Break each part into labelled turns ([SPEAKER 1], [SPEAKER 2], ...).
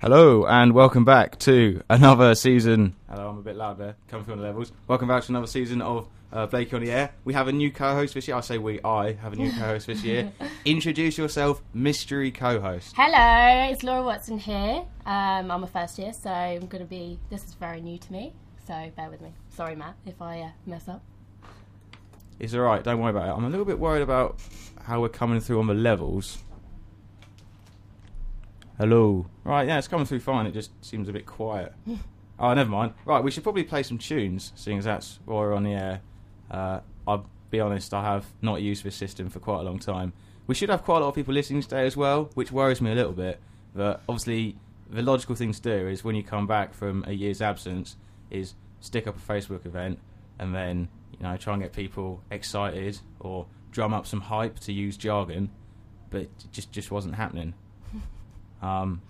[SPEAKER 1] Hello and welcome back to another season. Hello, I'm a bit loud there. Coming from the levels. Welcome back to another season of uh, Blakey on the Air. We have a new co-host this year. I say we. I have a new co-host this year. Introduce yourself, mystery co-host.
[SPEAKER 2] Hello, it's Laura Watson here. Um, I'm a first year, so I'm going to be. This is very new to me, so bear with me. Sorry, Matt, if I uh, mess up.
[SPEAKER 1] It's all right. Don't worry about it. I'm a little bit worried about how we're coming through on the levels. Hello. Right, yeah, it's coming through fine. It just seems a bit quiet. oh, never mind. Right, we should probably play some tunes, seeing as that's why we're on the air. Uh, I'll be honest, I have not used this system for quite a long time. We should have quite a lot of people listening today as well, which worries me a little bit. But obviously, the logical thing to do is when you come back from a year's absence, is stick up a Facebook event and then you know try and get people excited or drum up some hype to use jargon. But it just just wasn't happening. Um,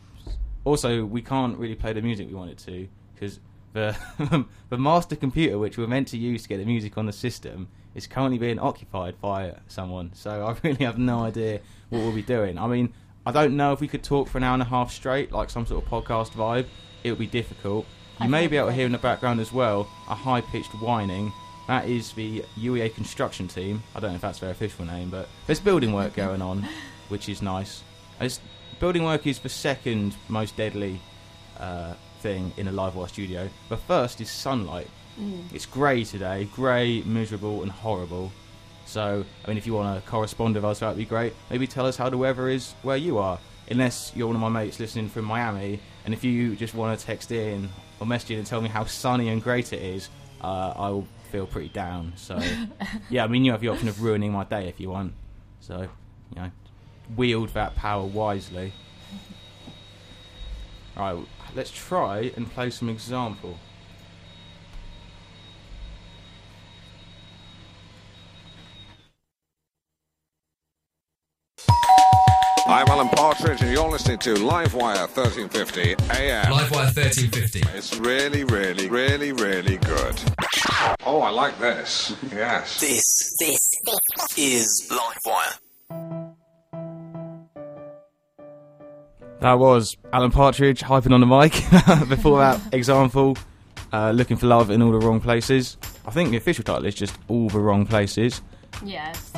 [SPEAKER 1] also, we can't really play the music we wanted to because the the master computer, which we're meant to use to get the music on the system, is currently being occupied by someone. So I really have no idea what we'll be doing. I mean, I don't know if we could talk for an hour and a half straight, like some sort of podcast vibe. It would be difficult. You
[SPEAKER 2] I
[SPEAKER 1] may
[SPEAKER 2] think
[SPEAKER 1] be able to
[SPEAKER 2] so.
[SPEAKER 1] hear in the background as well a high pitched whining. That is the UEA construction team. I don't know if that's their official name, but there's building work going on, which is nice. It's, building work is the second most deadly uh, thing in a live wire studio. The first is sunlight.
[SPEAKER 3] Mm.
[SPEAKER 1] It's grey today, grey, miserable, and horrible. So, I mean, if you want to correspond with us, that'd be great. Maybe tell us how the weather is where you are. Unless you're one of my mates listening from Miami, and if you just want to text in or message in and tell me how sunny and great it is, uh, I will feel pretty down. So, yeah, I mean, you have the option of ruining my day if you want. So, you know, wield that power wisely. All right, let's try and play some example.
[SPEAKER 4] I'm Alan Partridge, and you're listening to Livewire 1350 AM.
[SPEAKER 5] Livewire 1350.
[SPEAKER 4] It's really, really, really, really good. Oh, I like this. Yes.
[SPEAKER 6] This, this, this is Livewire.
[SPEAKER 1] That was Alan Partridge hyping on the mic. Before that, example, uh, looking for love in all the wrong places. I think the official title is just All the Wrong Places.
[SPEAKER 2] Yeah, it says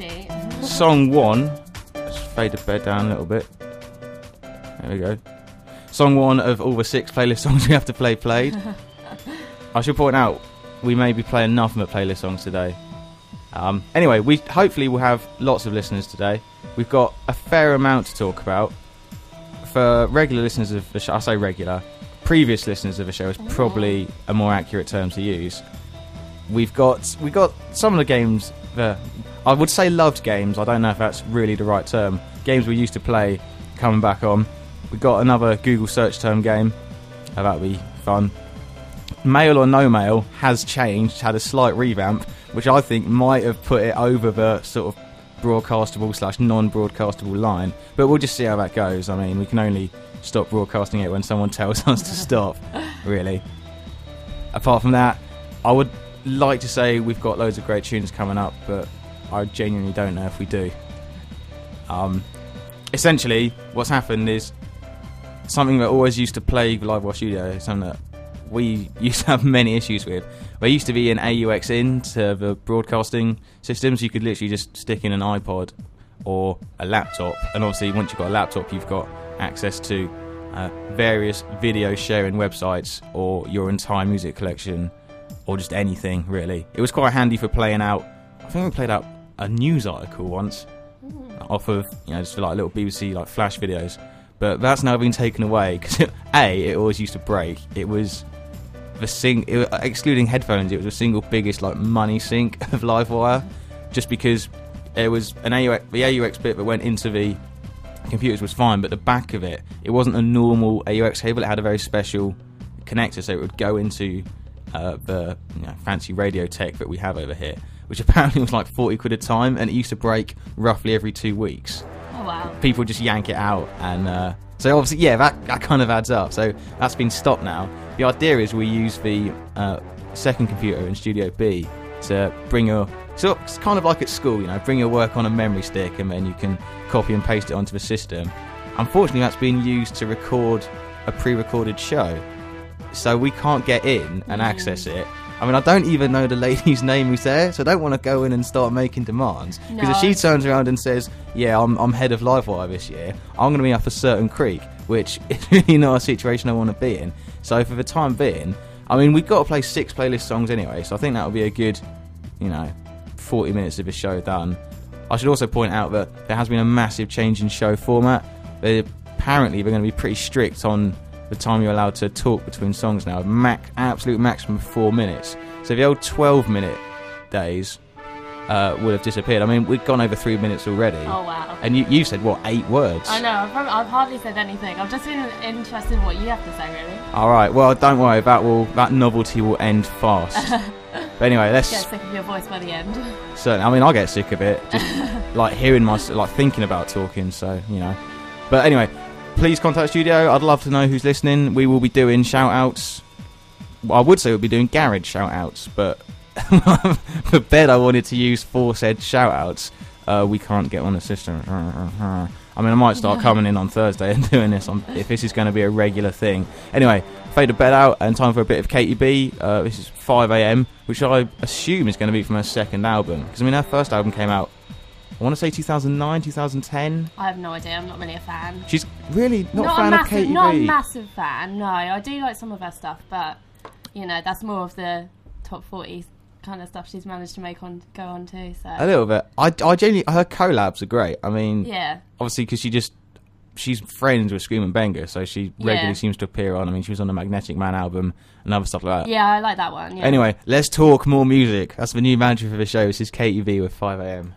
[SPEAKER 2] on the sheet.
[SPEAKER 1] Song one. Let's fade the bed down a little bit. There we go. Song one of all the six playlist songs we have to play played. I should point out we may be playing nothing but playlist songs today. Um, anyway, we hopefully will have lots of listeners today. We've got a fair amount to talk about. For regular listeners of the show, I say regular, previous listeners of the show is probably a more accurate term to use we've got we got some of the games the I would say loved games. I don't know if that's really the right term. Games we used to play coming back on. We got another Google search term game. Oh, that'll be fun. Mail or no mail has changed, had a slight revamp, which I think might have put it over the sort of broadcastable slash non-broadcastable line. But we'll just see how that goes. I mean, we can only stop broadcasting it when someone tells us to stop, really apart from that, I would like to say we've got loads of great tunes coming up, but I genuinely don't know if we do. Um, essentially, what's happened is something that always used to plague Live Wire Studio, something that we used to have many issues with. There used to be an AUX in to the broadcasting systems. You could literally just stick in an iPod or a laptop, and obviously, once you've got a laptop, you've got access to uh, various video sharing websites or your entire music collection or just anything really. It was quite handy for playing out. I think we played out a news article once off of you know just for like little BBC like flash videos, but that's now been taken away because a it always used to break. It was the sing it, uh, excluding headphones. It was the single biggest like money sink of LiveWire, just because it was an AUX the AUX bit that went into the computers was fine, but the back of it, it wasn't a normal AUX cable. It had a very special connector, so it would go into uh, the you know, fancy radio tech that we have over here, which apparently was like 40 quid a time, and it used to break roughly every two weeks
[SPEAKER 2] Oh wow.
[SPEAKER 1] people just yank it out and uh, so obviously yeah that, that kind of adds up so that's been stopped now the idea is we use the uh, second computer in studio b to bring your so it's kind of like at school you know bring your work on a memory stick and then you can copy and paste it onto the system unfortunately that's been used to record a pre-recorded show, so we can't get in and access it. I mean, I don't even know the lady's name who's there, so I don't want to go in and start making demands. Because if
[SPEAKER 3] No.
[SPEAKER 1] she turns around and says, "Yeah, I'm, I'm head of Livewire this year. I'm going to be up for Certain Creek," which is really not a situation I want to be in. So for the time being, I mean, we've got to play six playlist songs anyway, so I think that will be a good, you know, 40 minutes of a show done. I should also point out that there has been a massive change in show format. They apparently they're going to be pretty strict on the time you're allowed to talk between songs now. Mac, absolute maximum of four minutes. So the old 12 minute days uh, would have disappeared. I mean, we've gone over three minutes already.
[SPEAKER 3] Oh, wow.
[SPEAKER 1] And you, you said what eight words?
[SPEAKER 3] I know. I've, probably, I've hardly said anything. I've just been interested in what you have to say, really.
[SPEAKER 1] All right. Well, don't worry. That will that novelty will end fast. but anyway, let's
[SPEAKER 3] Get sick of your voice by the end.
[SPEAKER 1] Certainly. I mean, I get sick of it. Just like hearing my, like thinking about talking. So you know. But anyway, please contact studio. I'd love to know who's listening. We will be doing shout outs. Well, I would say we'll be doing garage shout outs, but the bed I wanted to use for said shout outs, uh, we can't get on the system. Uh, I mean, I might start coming in on Thursday and doing this on, if this is going to be a regular thing. Anyway, fade the bed out and time for a bit of Katie B. Uh, this is 5 a.m., which I assume is going to be from her second album. Because, I mean, her first album came out, I want to say 2009, 2010.
[SPEAKER 3] I have no idea. I'm not really a fan.
[SPEAKER 1] She's really not, a
[SPEAKER 3] not
[SPEAKER 1] fan
[SPEAKER 3] a
[SPEAKER 1] of
[SPEAKER 3] massive,
[SPEAKER 1] Katie
[SPEAKER 3] not
[SPEAKER 1] B.
[SPEAKER 3] a massive fan. No, I do like some of her stuff, but you know that's more of the top forty kind of stuff she's managed to make on go on to. So
[SPEAKER 1] a little bit. I, I genuinely, her collabs are great. I mean,
[SPEAKER 3] yeah,
[SPEAKER 1] obviously because she just she's friends with Screaming Banger, so she regularly
[SPEAKER 3] Yeah.
[SPEAKER 1] seems to appear on. I mean, she was on the Magnetic Man album and other stuff like that.
[SPEAKER 3] yeah, I like that one. Yeah.
[SPEAKER 1] Anyway, let's talk more music. That's the new mantra for the show. This is Katie V with 5 a.m.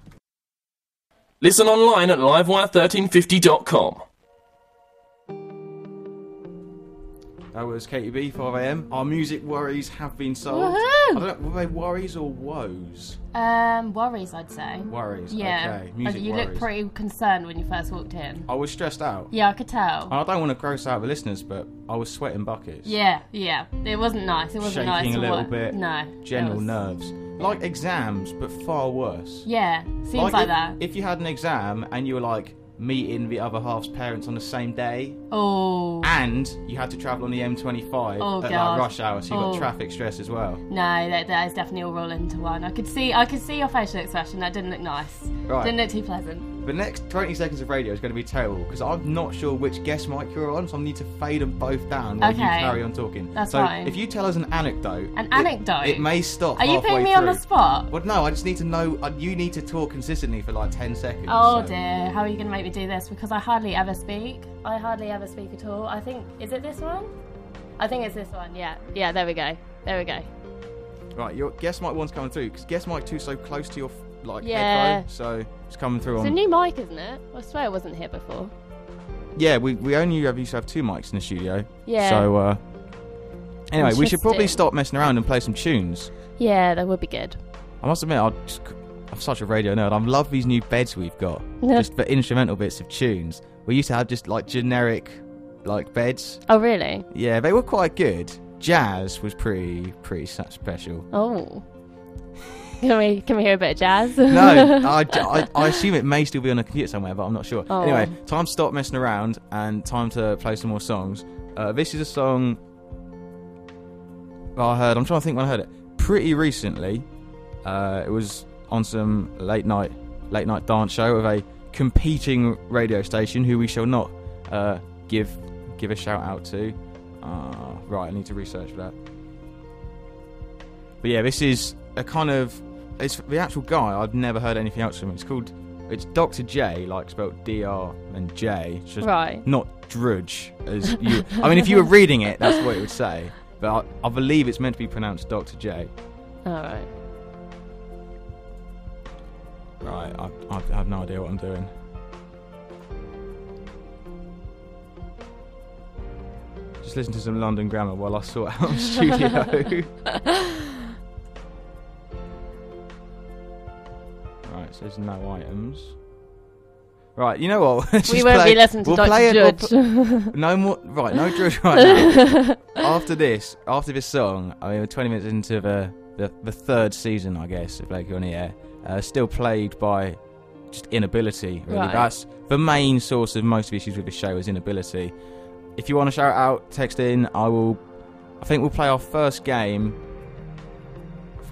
[SPEAKER 5] Listen online at livewire1350.com.
[SPEAKER 1] That was Katie B, 5 a.m. Our music worries have been solved.
[SPEAKER 3] Woohoo!
[SPEAKER 1] I don't, were they worries or woes?
[SPEAKER 3] um, worries, I'd say.
[SPEAKER 1] Worries.
[SPEAKER 3] Yeah,
[SPEAKER 1] Okay.
[SPEAKER 3] Uh,
[SPEAKER 1] Music
[SPEAKER 3] you
[SPEAKER 1] worries.
[SPEAKER 3] look pretty concerned when you first walked in.
[SPEAKER 1] I was stressed out.
[SPEAKER 3] Yeah, I could tell.
[SPEAKER 1] I don't want to gross out the listeners, but I was sweating buckets.
[SPEAKER 3] yeah, yeah, it wasn't nice. It
[SPEAKER 1] Shaking
[SPEAKER 3] wasn't nice.
[SPEAKER 1] a
[SPEAKER 3] to
[SPEAKER 1] little
[SPEAKER 3] wa-
[SPEAKER 1] bit.
[SPEAKER 3] No, it
[SPEAKER 1] General
[SPEAKER 3] was-
[SPEAKER 1] nerves. Like exams, but far worse.
[SPEAKER 3] Yeah, seems like,
[SPEAKER 1] if,
[SPEAKER 3] that.
[SPEAKER 1] If you had an exam and you were like meeting the other half's parents on the same day,
[SPEAKER 3] oh
[SPEAKER 1] and you had to travel on the M25
[SPEAKER 3] Oh,
[SPEAKER 1] at like
[SPEAKER 3] God.
[SPEAKER 1] rush hour, so you got
[SPEAKER 3] Oh.
[SPEAKER 1] traffic stress as well.
[SPEAKER 3] no, that, that is definitely all rolled into one. I could see, I could see your facial expression. That didn't look nice.
[SPEAKER 1] Right.
[SPEAKER 3] Didn't look too pleasant.
[SPEAKER 1] The next 20 seconds of radio is going to be terrible because I'm not sure which guest mic you're on, so I need to fade them both down while you
[SPEAKER 3] Okay.
[SPEAKER 1] carry on talking.
[SPEAKER 3] That's
[SPEAKER 1] so
[SPEAKER 3] fine.
[SPEAKER 1] if you tell us an anecdote,
[SPEAKER 3] An
[SPEAKER 1] it-
[SPEAKER 3] anecdote?
[SPEAKER 1] it, may stop.
[SPEAKER 3] Are you
[SPEAKER 1] halfway
[SPEAKER 3] putting me on the
[SPEAKER 1] through.
[SPEAKER 3] spot?
[SPEAKER 1] Well, no, I just need to know. Uh, you need to talk consistently for like 10 seconds.
[SPEAKER 3] Oh
[SPEAKER 1] so-
[SPEAKER 3] dear, how are you going to make me do this? Because I hardly ever speak. I hardly ever speak at all. I think, is it this one? I think it's this one, yeah. Yeah, there we go. There we go.
[SPEAKER 1] Right, your guest mic one's coming through because guest mic two's so close to your f- like
[SPEAKER 3] Yeah.
[SPEAKER 1] echo, so it's coming through
[SPEAKER 3] It's
[SPEAKER 1] on.
[SPEAKER 3] a new mic, isn't it? I swear I wasn't here before.
[SPEAKER 1] yeah, we we only ever used to have two mics in the studio.
[SPEAKER 3] Yeah.
[SPEAKER 1] So uh, anyway, we should probably
[SPEAKER 3] Interesting.
[SPEAKER 1] stop messing around and play some tunes.
[SPEAKER 3] Yeah, that would be good.
[SPEAKER 1] I must admit, I just, I'm such a radio nerd. I love these new beds we've got,
[SPEAKER 3] Yeah.
[SPEAKER 1] just for instrumental bits of tunes. We used to have just like generic, like beds.
[SPEAKER 3] Oh, really?
[SPEAKER 1] Yeah, they were quite good. Jazz was pretty pretty su- special.
[SPEAKER 3] Oh. Can we, can we hear a bit of jazz?
[SPEAKER 1] No, I, I, I assume it may still be on a computer somewhere, but I'm not sure.
[SPEAKER 3] Oh.
[SPEAKER 1] Anyway, time to stop messing around and time to play some more songs. Uh, this is a song I heard. I'm trying to think when I heard it. Pretty recently, uh, it was on some late night late night dance show of a competing radio station who we shall not uh, give give a shout out to. Uh, right, I need to research for that. But yeah, this is a kind of it's the actual guy. I've never heard anything else from. It's called it's Doctor J, like spelled D R and J. It's just
[SPEAKER 3] Right.
[SPEAKER 1] Not Drudge as you. I mean, if you were reading it, that's what it would say. But I, I believe it's meant to be pronounced Doctor J.
[SPEAKER 3] Alright.
[SPEAKER 1] Right, I, I have no idea what I'm doing. Just listen to some London grammar while I sort out the studio. right, so there's no items. Right, you know what? Let's
[SPEAKER 3] We
[SPEAKER 1] just
[SPEAKER 3] won't
[SPEAKER 1] play-
[SPEAKER 3] be listening to
[SPEAKER 1] we'll play
[SPEAKER 3] Dr.
[SPEAKER 1] it- we'll
[SPEAKER 3] Judge.
[SPEAKER 1] pl- no more. Right, no drugs right now. after this, after this song, I mean, we're 20 minutes into the, the, the third season, I guess, of Blakey on the Air. Uh, still plagued by just inability, really.
[SPEAKER 3] Right.
[SPEAKER 1] That's the main source of most of the issues with the show is inability. If you want to shout out, text in. I will. I think we'll play our first game.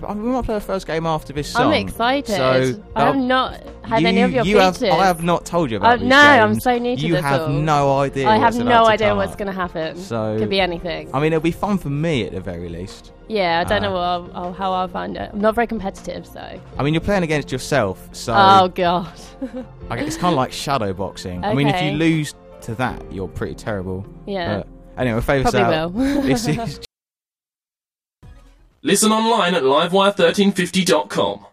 [SPEAKER 1] I- We might play our first game after this song.
[SPEAKER 3] I'm excited.
[SPEAKER 1] So
[SPEAKER 3] I have
[SPEAKER 1] that'll-
[SPEAKER 3] not had
[SPEAKER 1] you,
[SPEAKER 3] any of your
[SPEAKER 1] you have,
[SPEAKER 3] features.
[SPEAKER 1] I have not told you about
[SPEAKER 3] Oh,
[SPEAKER 1] these
[SPEAKER 3] no,
[SPEAKER 1] games.
[SPEAKER 3] I'm so new to
[SPEAKER 1] You
[SPEAKER 3] this
[SPEAKER 1] have
[SPEAKER 3] all.
[SPEAKER 1] no idea.
[SPEAKER 3] I have
[SPEAKER 1] what's about
[SPEAKER 3] no
[SPEAKER 1] to
[SPEAKER 3] idea
[SPEAKER 1] come
[SPEAKER 3] what's
[SPEAKER 1] up.
[SPEAKER 3] going to happen.
[SPEAKER 1] So-
[SPEAKER 3] Could be anything.
[SPEAKER 1] I mean, it'll be fun for me at the very least.
[SPEAKER 3] yeah, I don't
[SPEAKER 1] Ah.
[SPEAKER 3] know what I'll, I'll, how I'll find it. I'm not very competitive, so.
[SPEAKER 1] I mean, you're playing against yourself, so
[SPEAKER 3] Oh, God.
[SPEAKER 1] I guess it's kind of like shadow boxing. I mean, if you
[SPEAKER 3] Okay.
[SPEAKER 1] lose to that, you're pretty terrible.
[SPEAKER 3] yeah.
[SPEAKER 1] But anyway, favours
[SPEAKER 3] Probably
[SPEAKER 1] out.
[SPEAKER 3] will.
[SPEAKER 1] this is
[SPEAKER 5] Listen online at livewire1350.com.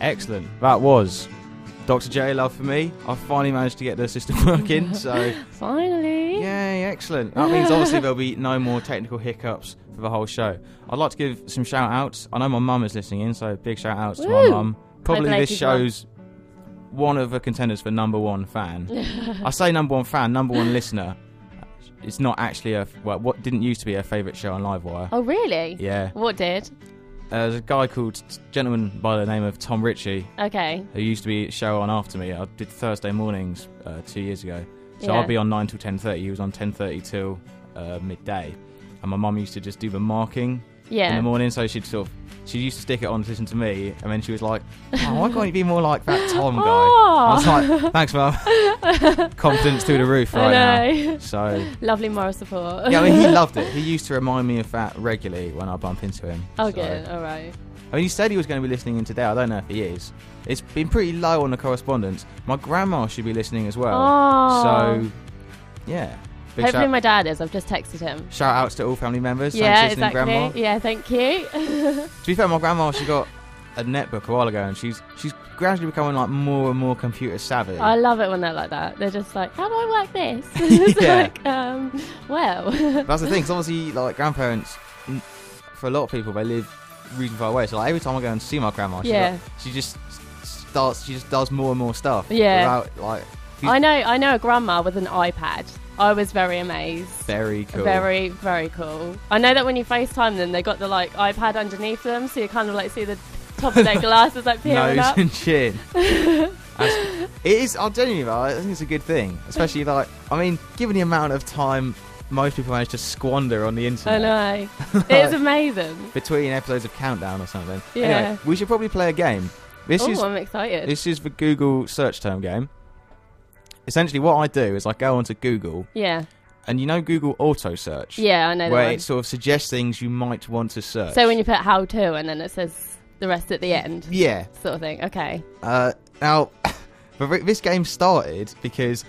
[SPEAKER 1] excellent. That was Dr. J Love for me. I finally managed to get the system working, so
[SPEAKER 3] Finally.
[SPEAKER 1] Yay, excellent. That means obviously there'll be no more technical hiccups for the whole show. I'd like to give some shout outs. I know my mum is listening in, so big shout outs to my
[SPEAKER 3] Woo!
[SPEAKER 1] mum. Probably this
[SPEAKER 3] belated mum.
[SPEAKER 1] show's one of the contenders for number one fan. I say number one fan, number one listener. It's not actually a, well, what didn't used to be her favourite show on Livewire.
[SPEAKER 3] Oh, really?
[SPEAKER 1] Yeah.
[SPEAKER 3] What did?
[SPEAKER 1] Uh, there's a guy called, gentleman by the name of Tom Ritchie,
[SPEAKER 3] Okay.
[SPEAKER 1] who used to be a show on after me. I did Thursday mornings uh, two years ago, so
[SPEAKER 3] Yeah.
[SPEAKER 1] I'd be on nine till ten thirty. He was on ten thirty till uh, midday, and my mum used to just do the marking in
[SPEAKER 3] Yeah.
[SPEAKER 1] the morning. So she'd sort of she used to stick it on to listen to me, and then she was like, oh, "Why can't you be more like that Tom guy?" I was like, "Thanks, mum." Confidence through the roof right now.
[SPEAKER 3] I know.
[SPEAKER 1] So
[SPEAKER 3] Lovely moral support.
[SPEAKER 1] yeah, I mean, he loved it. He used to remind me of that regularly when I bump into him.
[SPEAKER 3] oh,
[SPEAKER 1] So-
[SPEAKER 3] good. All right.
[SPEAKER 1] I mean, he said he was going to be listening in today. I don't know if he is. It's been pretty low on the correspondence. My grandma should be listening as well.
[SPEAKER 3] Aw.
[SPEAKER 1] So, yeah. Big
[SPEAKER 3] Oh, Hopefully,
[SPEAKER 1] shout,
[SPEAKER 3] my dad is. I've just texted him.
[SPEAKER 1] shout outs to all family members.
[SPEAKER 3] yeah,
[SPEAKER 1] Thanks for listening,
[SPEAKER 3] exactly.
[SPEAKER 1] Grandma.
[SPEAKER 3] Yeah, thank you.
[SPEAKER 1] To be fair, my grandma, she got a netbook a while ago and she's she's gradually becoming like more and more computer savvy.
[SPEAKER 3] I love it when they're like that. They're just like, how do I work this? it's
[SPEAKER 1] Yeah.
[SPEAKER 3] like, um, well.
[SPEAKER 1] That's the thing, 'cause obviously, like, grandparents, n- for a lot of people, they live reasonably far away. So, like, every time I go and see my grandma, she,
[SPEAKER 3] Yeah.
[SPEAKER 1] like, she just s- starts, she just does more and more stuff.
[SPEAKER 3] Yeah.
[SPEAKER 1] Without, like,
[SPEAKER 3] I know, I know a grandma with an iPad. I was very amazed.
[SPEAKER 1] very cool.
[SPEAKER 3] Very, very cool. I know that when you FaceTime them, they got the like iPad underneath them, so you kind of like see the top of their glasses like peering
[SPEAKER 1] nose
[SPEAKER 3] up.
[SPEAKER 1] and chin. That's- it is. I genuinely, though, I think it's a good thing, especially like I mean, given the amount of time most people manage to squander on the
[SPEAKER 3] I
[SPEAKER 1] internet
[SPEAKER 3] know. it's amazing.
[SPEAKER 1] between episodes of Countdown or something.
[SPEAKER 3] Yeah.
[SPEAKER 1] Anyway, we should probably play a game. This
[SPEAKER 3] Oh,
[SPEAKER 1] is
[SPEAKER 3] I'm excited.
[SPEAKER 1] this is the Google search term game. Essentially, what I do is I go onto Google,
[SPEAKER 3] yeah,
[SPEAKER 1] and you know Google Auto Search,
[SPEAKER 3] yeah, I know that
[SPEAKER 1] where
[SPEAKER 3] one.
[SPEAKER 1] it sort of suggests things you might want to search.
[SPEAKER 3] So when you put how to and then it says the rest at the end,
[SPEAKER 1] yeah,
[SPEAKER 3] sort of thing. Okay.
[SPEAKER 1] Uh, now, the re- this game started because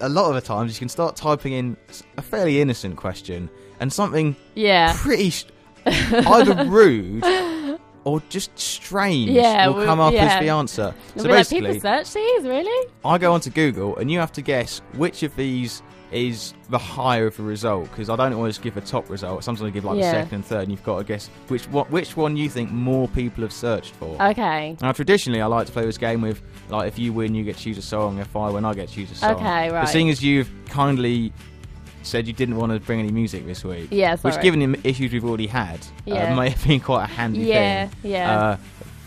[SPEAKER 1] a lot of the times you can start typing in s- a fairly innocent question and something
[SPEAKER 3] Yeah.
[SPEAKER 1] pretty sh- either rude or just strange
[SPEAKER 3] Yeah,
[SPEAKER 1] will
[SPEAKER 3] we-
[SPEAKER 1] come up
[SPEAKER 3] yeah.
[SPEAKER 1] as the answer.
[SPEAKER 3] They'll
[SPEAKER 1] so
[SPEAKER 3] be like,
[SPEAKER 1] basically,
[SPEAKER 3] people search these, really?
[SPEAKER 1] I go onto Google and you have to guess which of these is the higher of the result because I don't always give a top result. Sometimes I give like the
[SPEAKER 3] Yeah.
[SPEAKER 1] second and third, and you've got to guess which what which one you think more people have searched for.
[SPEAKER 3] Okay.
[SPEAKER 1] Now, traditionally, I like to play this game with, like, if you win, you get to choose a song. If I win, I get to choose a song.
[SPEAKER 3] Okay,
[SPEAKER 1] But
[SPEAKER 3] right.
[SPEAKER 1] seeing as you've kindly said you didn't want to bring any music this week,
[SPEAKER 3] Yeah,
[SPEAKER 1] which,
[SPEAKER 3] sorry.
[SPEAKER 1] given him issues we've already had, uh,
[SPEAKER 3] Yeah.
[SPEAKER 1] may have been quite a handy
[SPEAKER 3] Yeah,
[SPEAKER 1] thing.
[SPEAKER 3] yeah.
[SPEAKER 1] Uh,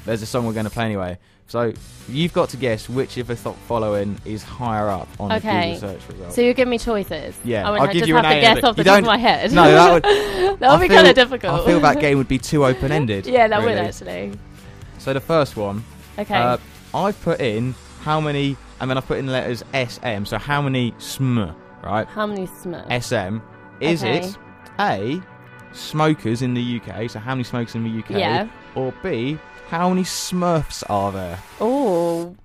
[SPEAKER 1] there's a song we're going to play anyway. So you've got to guess which of the top following is higher up on the
[SPEAKER 3] Okay.
[SPEAKER 1] Google search results.
[SPEAKER 3] So you give me choices. Oh,
[SPEAKER 1] yeah,
[SPEAKER 3] I won't
[SPEAKER 1] will
[SPEAKER 3] ha-
[SPEAKER 1] give
[SPEAKER 3] just
[SPEAKER 1] you
[SPEAKER 3] have
[SPEAKER 1] an
[SPEAKER 3] to
[SPEAKER 1] A
[SPEAKER 3] guess
[SPEAKER 1] and a-
[SPEAKER 3] off the
[SPEAKER 1] you
[SPEAKER 3] top
[SPEAKER 1] don't-
[SPEAKER 3] of my head.
[SPEAKER 1] No, that would
[SPEAKER 3] That'll
[SPEAKER 1] I
[SPEAKER 3] be
[SPEAKER 1] feel-
[SPEAKER 3] kind of difficult.
[SPEAKER 1] I feel that game would be too open-ended.
[SPEAKER 3] yeah, that would
[SPEAKER 1] really.
[SPEAKER 3] actually.
[SPEAKER 1] So the first one
[SPEAKER 3] Okay.
[SPEAKER 1] Uh, I've put in how many, and then I've put in letters SM. So how many sm, right?
[SPEAKER 3] How many smokes?
[SPEAKER 1] SM. Is
[SPEAKER 3] Okay.
[SPEAKER 1] it A, smokers in the UK? So how many smokers in the UK?
[SPEAKER 3] Yeah.
[SPEAKER 1] Or B, how many smurfs are there?
[SPEAKER 3] Oh.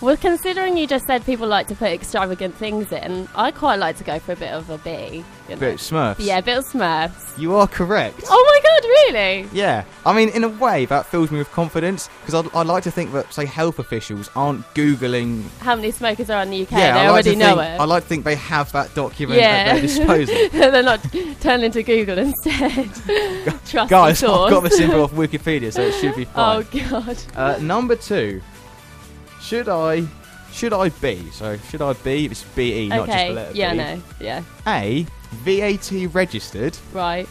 [SPEAKER 3] Well, considering you just said people like to put extravagant things in, I quite like to go for a bit of a B. You know?
[SPEAKER 1] Bit smurfs.
[SPEAKER 3] Yeah, a bit of Smurfs.
[SPEAKER 1] You are correct.
[SPEAKER 3] Oh my god, really?
[SPEAKER 1] Yeah, I mean, in a way, that fills me with confidence because I'd, I'd like to think that, say, health officials aren't googling.
[SPEAKER 3] How many smokers are in the UK?
[SPEAKER 1] yeah,
[SPEAKER 3] they
[SPEAKER 1] I like
[SPEAKER 3] already
[SPEAKER 1] to
[SPEAKER 3] know
[SPEAKER 1] think,
[SPEAKER 3] it.
[SPEAKER 1] I like to think they have that document at their disposal.
[SPEAKER 3] They're not turning to Google instead. Trust
[SPEAKER 1] Guys,
[SPEAKER 3] the source.
[SPEAKER 1] I've got this info off Wikipedia, so it should be
[SPEAKER 3] Oh
[SPEAKER 1] fine.
[SPEAKER 3] god.
[SPEAKER 1] Uh, number two, should I, should I be? So should I be? It's BE, E, not just the
[SPEAKER 3] okay.
[SPEAKER 1] letter
[SPEAKER 3] yeah.
[SPEAKER 1] B.
[SPEAKER 3] No. Yeah.
[SPEAKER 1] A, VAT registered,
[SPEAKER 3] Right.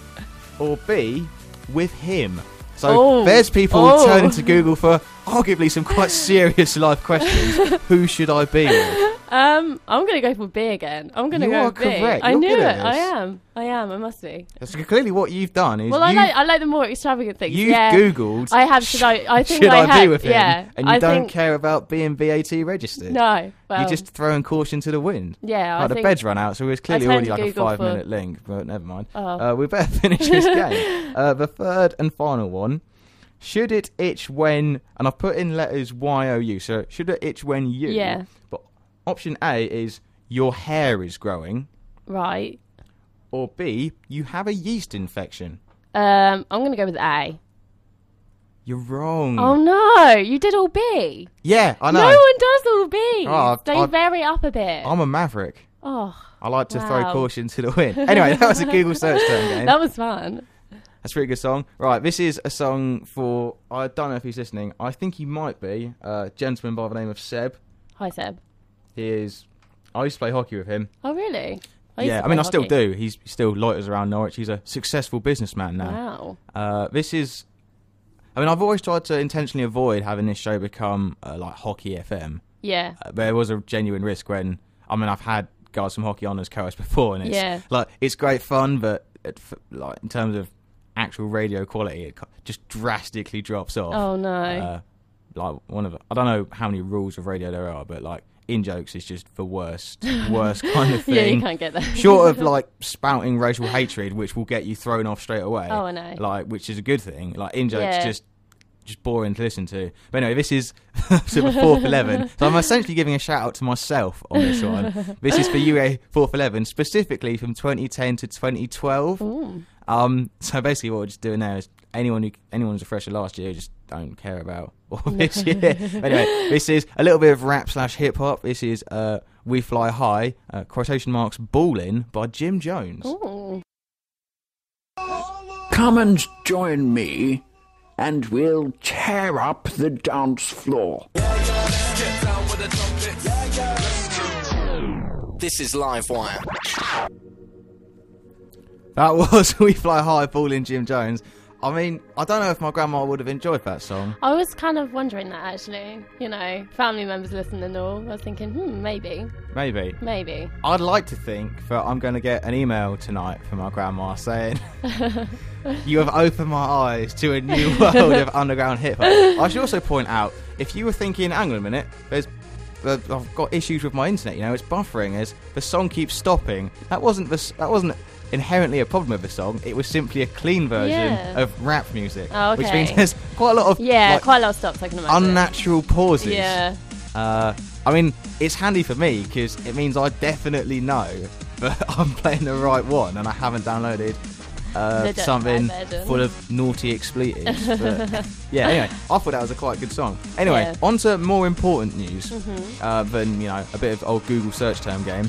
[SPEAKER 1] or B, with him. So
[SPEAKER 3] Oh.
[SPEAKER 1] there's people
[SPEAKER 3] Oh.
[SPEAKER 1] turning to Google for arguably some quite serious life questions. Who should I be with?
[SPEAKER 3] Um, I'm gonna go for B again. I'm gonna
[SPEAKER 1] You
[SPEAKER 3] go
[SPEAKER 1] are
[SPEAKER 3] with B.
[SPEAKER 1] correct.
[SPEAKER 3] I
[SPEAKER 1] You're
[SPEAKER 3] knew
[SPEAKER 1] good
[SPEAKER 3] it.
[SPEAKER 1] at
[SPEAKER 3] I
[SPEAKER 1] this.
[SPEAKER 3] am. I am. I must be.
[SPEAKER 1] That's clearly what you've done is
[SPEAKER 3] Well, I
[SPEAKER 1] you,
[SPEAKER 3] like I like the more extravagant things.
[SPEAKER 1] you've
[SPEAKER 3] yeah.
[SPEAKER 1] Googled.
[SPEAKER 3] I have. Should I? I think
[SPEAKER 1] should
[SPEAKER 3] I,
[SPEAKER 1] I,
[SPEAKER 3] have.
[SPEAKER 1] be with him?
[SPEAKER 3] Yeah.
[SPEAKER 1] And you
[SPEAKER 3] I
[SPEAKER 1] don't
[SPEAKER 3] think,
[SPEAKER 1] care about being VAT registered.
[SPEAKER 3] No. Well,
[SPEAKER 1] You're just throwing caution to the wind.
[SPEAKER 3] yeah. I
[SPEAKER 1] Like, the
[SPEAKER 3] think,
[SPEAKER 1] bed's run out, so it's clearly
[SPEAKER 3] turned
[SPEAKER 1] already
[SPEAKER 3] to
[SPEAKER 1] like
[SPEAKER 3] Google
[SPEAKER 1] a five
[SPEAKER 3] for-
[SPEAKER 1] minute link, but never mind.
[SPEAKER 3] Oh.
[SPEAKER 1] Uh, we better finish this game. Uh, the third and final one. Should it itch when, and I've put in letters Y O U, so should it itch when you?
[SPEAKER 3] Yeah.
[SPEAKER 1] But option A is your hair is growing,
[SPEAKER 3] Right.
[SPEAKER 1] or B, you have a yeast infection.
[SPEAKER 3] Um, I'm gonna go with A.
[SPEAKER 1] Hmm. You're wrong.
[SPEAKER 3] Oh no! You did all B.
[SPEAKER 1] yeah, I know.
[SPEAKER 3] No one does all B.
[SPEAKER 1] Oh, I've-
[SPEAKER 3] they
[SPEAKER 1] I've-
[SPEAKER 3] vary up a bit.
[SPEAKER 1] I'm a maverick.
[SPEAKER 3] oh,
[SPEAKER 1] I like to throw
[SPEAKER 3] Wow.
[SPEAKER 1] caution to the wind. Anyway, that was a Google search term game.
[SPEAKER 3] that was fun.
[SPEAKER 1] That's a pretty good song. Right, this is a song for I don't know if he's listening. I think he might be a gentleman by the name of Seb.
[SPEAKER 3] Hi Seb.
[SPEAKER 1] He is. I used to play hockey with him.
[SPEAKER 3] Oh really? used
[SPEAKER 1] yeah,
[SPEAKER 3] to
[SPEAKER 1] I mean,
[SPEAKER 3] play
[SPEAKER 1] I still
[SPEAKER 3] hockey.
[SPEAKER 1] do. He's he still loiters around Norwich. He's a successful businessman now.
[SPEAKER 3] Wow.
[SPEAKER 1] Uh, this is. I mean, I've always tried to intentionally avoid having this show become uh, like Hockey FM.
[SPEAKER 3] Yeah.
[SPEAKER 1] Uh, there was a genuine risk when I mean I've had guys from hockey on as co-hosts before, and it's
[SPEAKER 3] Yeah.
[SPEAKER 1] like it's great fun, but it, f- like in terms of actual radio quality, it co- just drastically drops off.
[SPEAKER 3] Oh no.
[SPEAKER 1] Uh, like one of I don't know how many rules of radio there are, but like in jokes, it's just the worst, worst kind of thing.
[SPEAKER 3] yeah, you can't get that.
[SPEAKER 1] Short of like spouting racial hatred, which will get you thrown off straight away.
[SPEAKER 3] Oh, I know.
[SPEAKER 1] Like, which is a good thing. Like in jokes,
[SPEAKER 3] Yeah.
[SPEAKER 1] just just boring to listen to. But anyway, this is so the fourth eleven. So I'm essentially giving a shout out to myself on this one. this is for UA fourth eleven specifically from 2010 to 2012.
[SPEAKER 3] Ooh.
[SPEAKER 1] Um, so basically, what we're just doing now is anyone who anyone who's a fresher last year just don't care about or this year. anyway, this is a little bit of rap slash hip hop. This is uh, "We Fly High" uh, quotation marks "Ballin" by Jim Jones.
[SPEAKER 3] Ooh.
[SPEAKER 7] Come and join me, and we'll tear up the dance floor.
[SPEAKER 6] This is Live Wire.
[SPEAKER 1] That was "We Fly High" Ballin' Jim Jones. I mean, I don't know if my grandma would have enjoyed that song.
[SPEAKER 3] I was kind of wondering that actually. You know, family members listen and all. I was thinking, hmm, maybe,
[SPEAKER 1] Maybe.
[SPEAKER 3] maybe.
[SPEAKER 1] I'd like to think that I'm going to get an email tonight from my grandma saying, You have opened my eyes to a new world of underground hip hop. I should also point out if you were thinking, hang on a minute, there's. uh, I've got issues with my internet. You know, it's buffering. As the song keeps stopping, that wasn't the, s- that wasn't inherently a problem with the song. It was simply a clean version
[SPEAKER 3] Yeah.
[SPEAKER 1] of rap music,
[SPEAKER 3] Oh,
[SPEAKER 1] which means
[SPEAKER 3] okay.
[SPEAKER 1] there's quite a lot of
[SPEAKER 3] Yeah,
[SPEAKER 1] like,
[SPEAKER 3] quite a lot of stops I can imagine.
[SPEAKER 1] unnatural pauses.
[SPEAKER 3] Yeah.
[SPEAKER 1] Uh, I mean, it's handy for me because it means I definitely know that I'm playing the right one and I haven't downloaded uh,
[SPEAKER 3] The Dirty
[SPEAKER 1] something
[SPEAKER 3] Bad version.
[SPEAKER 1] full of naughty expletives. but, yeah, anyway, I thought that was a quite good song. Anyway,
[SPEAKER 3] Yeah. Mm-hmm.
[SPEAKER 1] on to more important news uh, than, you know, a bit of old Google search term game.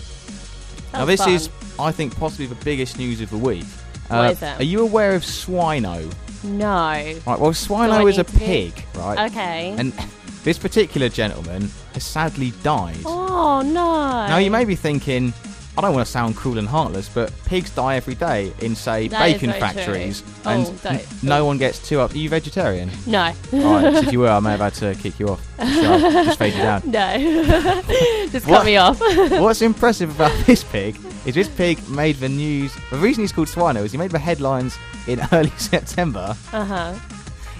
[SPEAKER 1] now,
[SPEAKER 3] was
[SPEAKER 1] this
[SPEAKER 3] fun.
[SPEAKER 1] is, I think, possibly the biggest news of the week. Uh,
[SPEAKER 3] What is it?
[SPEAKER 1] Are you aware of Swino?
[SPEAKER 3] No.
[SPEAKER 1] Right, well,
[SPEAKER 3] Do
[SPEAKER 1] Swino
[SPEAKER 3] I
[SPEAKER 1] is a
[SPEAKER 3] need to be-
[SPEAKER 1] pig, right?
[SPEAKER 3] Okay.
[SPEAKER 1] And this particular gentleman has sadly died.
[SPEAKER 3] oh no.
[SPEAKER 1] Now, you may be thinking, I don't want to sound cruel and heartless, but pigs die every day in, say,
[SPEAKER 3] That is
[SPEAKER 1] bacon
[SPEAKER 3] very true.
[SPEAKER 1] factories,
[SPEAKER 3] Oh,
[SPEAKER 1] and
[SPEAKER 3] don't-
[SPEAKER 1] n- no one gets too up. Are you vegetarian?
[SPEAKER 3] No.
[SPEAKER 1] Alright, 'cause if you were, I may have had to kick you off. Shut up, Just fade you down.
[SPEAKER 3] no. Just
[SPEAKER 1] What?
[SPEAKER 3] cut me off.
[SPEAKER 1] What's impressive about this pig is this pig made the news. The reason he's called Swino is he made the headlines in early September.
[SPEAKER 3] uh huh.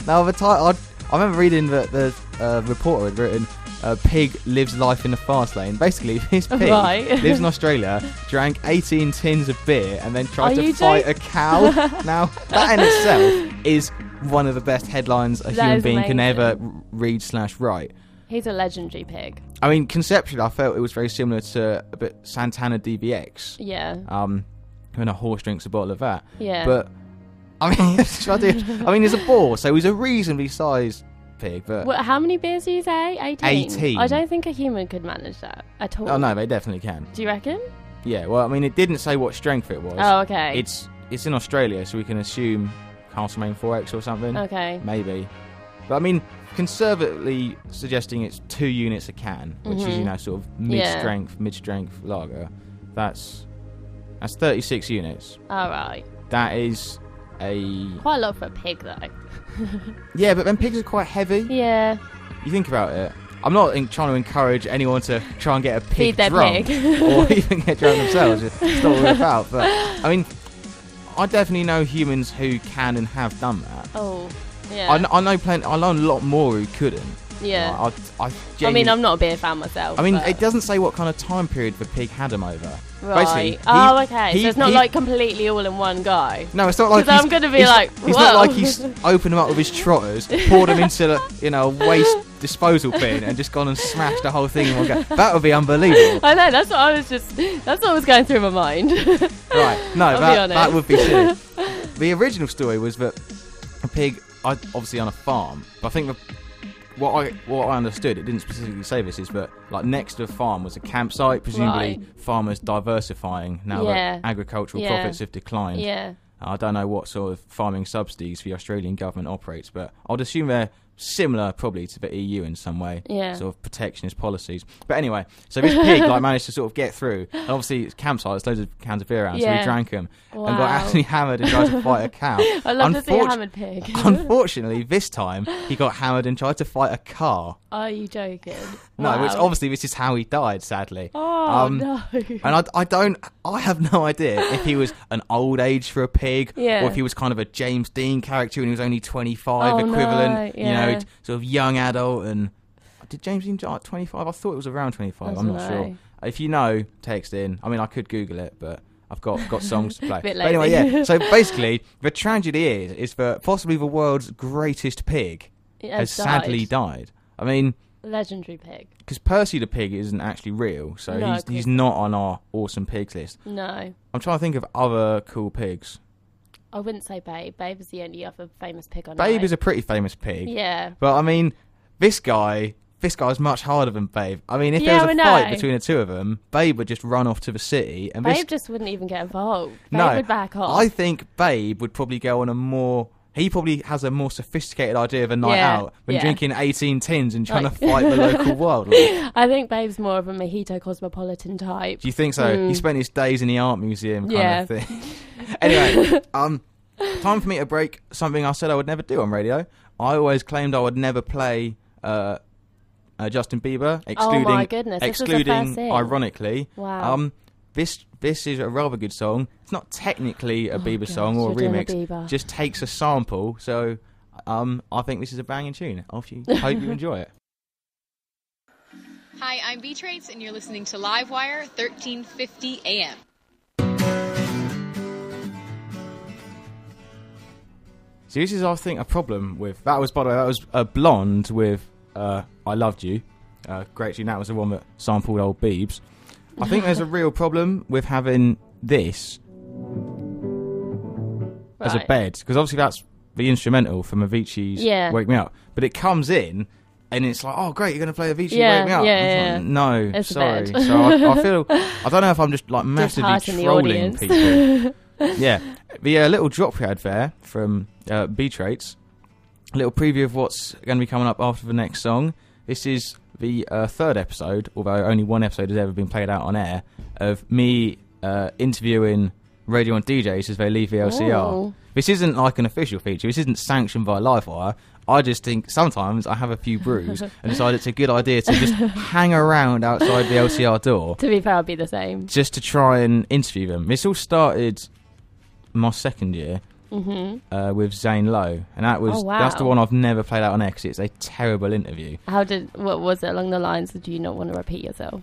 [SPEAKER 1] Now the title, I'd, I remember reading that the uh, reporter had written, uh, "Pig lives life in the fast lane." Basically, this pig
[SPEAKER 3] Right.
[SPEAKER 1] lives in Australia, drank 18 tins of beer, and then tried
[SPEAKER 3] Are
[SPEAKER 1] to
[SPEAKER 3] you
[SPEAKER 1] fight a cow. now that in itself is one of the best headlines a
[SPEAKER 3] That
[SPEAKER 1] human
[SPEAKER 3] is
[SPEAKER 1] being can
[SPEAKER 3] amazing.
[SPEAKER 1] ever r- read slash write.
[SPEAKER 3] He's a legendary pig.
[SPEAKER 1] I mean, conceptually, I felt it was very similar to a bit Santana DBX
[SPEAKER 3] Yeah.
[SPEAKER 1] um, when a horse drinks a bottle of that.
[SPEAKER 3] Yeah.
[SPEAKER 1] But I mean, should I, do- I mean, he's a boar, so he's a reasonably sized pig. But
[SPEAKER 3] What, how many beers do you say? 18?
[SPEAKER 1] 18.
[SPEAKER 3] I don't think a human could manage that at all.
[SPEAKER 1] oh no, they definitely can.
[SPEAKER 3] Do you reckon?
[SPEAKER 1] Yeah. Well, I mean, it didn't say what strength it was.
[SPEAKER 3] Oh, okay.
[SPEAKER 1] It's it's in Australia, so we can assume Castlemaine 4X or something.
[SPEAKER 3] Okay.
[SPEAKER 1] Maybe. But I mean, conservatively suggesting it's two units a can, which is
[SPEAKER 3] Mm-hmm.
[SPEAKER 1] you know sort of mid strength, mid strength lager. That's that's 36 units.
[SPEAKER 3] All right.
[SPEAKER 1] That is a
[SPEAKER 3] Quite a lot for a pig, though.
[SPEAKER 1] yeah, but then pigs are quite heavy.
[SPEAKER 3] Yeah,
[SPEAKER 1] You think about it. I'm not in, trying to encourage anyone to try and get a pig
[SPEAKER 3] Feed their
[SPEAKER 1] drunk
[SPEAKER 3] pig.
[SPEAKER 1] or even get drunk themselves. It's not all about. But I mean, I definitely know humans who can and have done that.
[SPEAKER 3] Oh, yeah.
[SPEAKER 1] I, kn- I know plenty. I know a lot more who couldn't.
[SPEAKER 3] yeah.
[SPEAKER 1] Like, I, I,
[SPEAKER 3] I mean,
[SPEAKER 1] genuinely-
[SPEAKER 3] I'm not a beer fan myself.
[SPEAKER 1] I mean,
[SPEAKER 3] but-
[SPEAKER 1] it doesn't say what kind of time period the pig had him over.
[SPEAKER 3] Right.
[SPEAKER 1] Basically, he-
[SPEAKER 3] oh, okay.
[SPEAKER 1] he-
[SPEAKER 3] so it's not
[SPEAKER 1] he-
[SPEAKER 3] like completely all in one go.
[SPEAKER 1] No, it's not like
[SPEAKER 3] 'Cause I'm
[SPEAKER 1] he's-
[SPEAKER 3] gonna be
[SPEAKER 1] he's not-
[SPEAKER 3] like,
[SPEAKER 1] It's not
[SPEAKER 3] "Whoa."
[SPEAKER 1] like he's opened him up with his trotters, poured him into the, you know a waste disposal bin, and just gone and smashed the whole thing in one go. That would be unbelievable,
[SPEAKER 3] I know. That's what I was just. That's what was going through my mind.
[SPEAKER 1] right? No,
[SPEAKER 3] I'll be
[SPEAKER 1] that,
[SPEAKER 3] honest.
[SPEAKER 1] that would be silly. the original story was that a pig, I- obviously on a farm, but I think the, what I what I understood, it didn't specifically say this, is that like next to the farm was a campsite, presumably farmers diversifying now
[SPEAKER 3] Yeah.
[SPEAKER 1] that agricultural
[SPEAKER 3] Yeah.
[SPEAKER 1] profits have declined.
[SPEAKER 3] yeah.
[SPEAKER 1] I don't know what sort of farming subsidies the Australian government operates, but I'd assume they're similar probably to the EU in some way.
[SPEAKER 3] Yeah.
[SPEAKER 1] Sort of protectionist policies. But anyway, so this pig like managed to sort of get through. And obviously it's campsite, there's loads of cans of beer around, so
[SPEAKER 3] Yeah.
[SPEAKER 1] he drank them and
[SPEAKER 3] Wow.
[SPEAKER 1] got absolutely hammered and tried to fight a cow.
[SPEAKER 3] I love to see a
[SPEAKER 1] Unfortu-
[SPEAKER 3] hammered pig.
[SPEAKER 1] Unfortunately, this time he got hammered and tried to fight a car.
[SPEAKER 3] Are you joking?
[SPEAKER 1] No,
[SPEAKER 3] wow.
[SPEAKER 1] which obviously this is how he died, sadly.
[SPEAKER 3] Oh
[SPEAKER 1] Um,
[SPEAKER 3] no.
[SPEAKER 1] And I, I don't, I have no idea if he was an old age for a pig,
[SPEAKER 3] Yeah.
[SPEAKER 1] or if he was kind of a James Dean character and he was only 25
[SPEAKER 3] Oh,
[SPEAKER 1] equivalent,
[SPEAKER 3] no,
[SPEAKER 1] you
[SPEAKER 3] yeah.
[SPEAKER 1] know, t- sort of young adult. And did James Dean die at 25? I thought it was around 25. I'm
[SPEAKER 3] Doesn't
[SPEAKER 1] not sure.
[SPEAKER 3] know.
[SPEAKER 1] If you know, text in. I mean, I could Google it, but I've got got songs to play.
[SPEAKER 3] Bit
[SPEAKER 1] But anyway,
[SPEAKER 3] lazy.
[SPEAKER 1] yeah. So basically, the tragedy is is that possibly the world's greatest pig
[SPEAKER 3] It
[SPEAKER 1] has
[SPEAKER 3] has
[SPEAKER 1] sadly died. I mean,
[SPEAKER 3] Legendary pig.
[SPEAKER 1] because Percy the pig isn't actually real, so
[SPEAKER 3] No,
[SPEAKER 1] he's
[SPEAKER 3] of course
[SPEAKER 1] he's not on our awesome pigs list.
[SPEAKER 3] No.
[SPEAKER 1] I'm trying to think of other cool pigs.
[SPEAKER 3] I wouldn't say Babe. Babe is the only other famous pig on
[SPEAKER 1] Babe is a pretty famous pig,
[SPEAKER 3] Yeah.
[SPEAKER 1] but I mean, this guy, this guy's much harder than Babe. I mean, if
[SPEAKER 3] Yeah,
[SPEAKER 1] there was a
[SPEAKER 3] I
[SPEAKER 1] fight
[SPEAKER 3] know.
[SPEAKER 1] between the two of them, Babe would just run off to the city, and this
[SPEAKER 3] Babe just wouldn't even get involved. Babe
[SPEAKER 1] no,
[SPEAKER 3] would back off.
[SPEAKER 1] I think Babe would probably go on a more. He probably has a more sophisticated idea of a night
[SPEAKER 3] Yeah,
[SPEAKER 1] out than
[SPEAKER 3] yeah.
[SPEAKER 1] drinking 18 tins and trying
[SPEAKER 3] Like-
[SPEAKER 1] to fight the local wildlife.
[SPEAKER 3] I think Babe's more of a mojito cosmopolitan type.
[SPEAKER 1] Do you think so? He spent his days in the art museum kind
[SPEAKER 3] Hmm. Yeah.
[SPEAKER 1] of thing. anyway, um, time for me to break something I said I would never do on radio. I always claimed I would never play uh, uh, Justin Bieber, excluding,
[SPEAKER 3] Oh goodness, this was the first
[SPEAKER 1] excluding,
[SPEAKER 3] thing.
[SPEAKER 1] ironically.
[SPEAKER 3] Wow.
[SPEAKER 1] Um, this this is a rather good song. It's not technically a Bieber song or a
[SPEAKER 3] Oh you're doing a
[SPEAKER 1] remix.
[SPEAKER 3] Bieber.
[SPEAKER 1] Just takes a sample. So, um, I think this is a banging tune. Hope you hope you enjoy it.
[SPEAKER 8] Hi, I'm B Traits, and you're listening to Livewire 1350 AM.
[SPEAKER 1] So this is, I think, a problem with that was by the way that was a blonde with uh, "I Loved You." Uh, great tune. That was the one that sampled old Beebs. I think there's a real problem with having this as a
[SPEAKER 3] Right.
[SPEAKER 1] bed because obviously that's the instrumental from Avicii's
[SPEAKER 3] Yeah.
[SPEAKER 1] "Wake Me Up," but it comes in and it's like, "Oh, great, you're gonna play Avicii
[SPEAKER 3] Yeah,
[SPEAKER 1] Wake Me Up."
[SPEAKER 3] yeah,
[SPEAKER 1] And it's like, no,
[SPEAKER 3] It's a
[SPEAKER 1] sorry.
[SPEAKER 3] bed.
[SPEAKER 1] so I, I feel I don't know if I'm just like
[SPEAKER 3] Dishearten
[SPEAKER 1] massively
[SPEAKER 3] the
[SPEAKER 1] trolling
[SPEAKER 3] audience.
[SPEAKER 1] people. yeah, the uh, little drop we had there from uh, B Traits a little preview of what's going to be coming up after the next song. This is the uh, third episode, although only one episode has ever been played out on air, of me uh, interviewing radio and DJs as they leave the LCR.
[SPEAKER 3] Ooh.
[SPEAKER 1] This isn't like an official feature. This isn't sanctioned by Livewire. I just think sometimes I have a few brews and decide it's a good idea to just hang around outside the LCR door
[SPEAKER 3] To be fair, I'd be the same.
[SPEAKER 1] just to try and interview them. This all started my second year uh, with Zane Lowe, and that was
[SPEAKER 3] Mm-hmm. Oh, wow.
[SPEAKER 1] that's the one I've never played out on air 'cause it's a terrible interview.
[SPEAKER 3] How did what was it along the lines? of Do you not want to repeat yourself?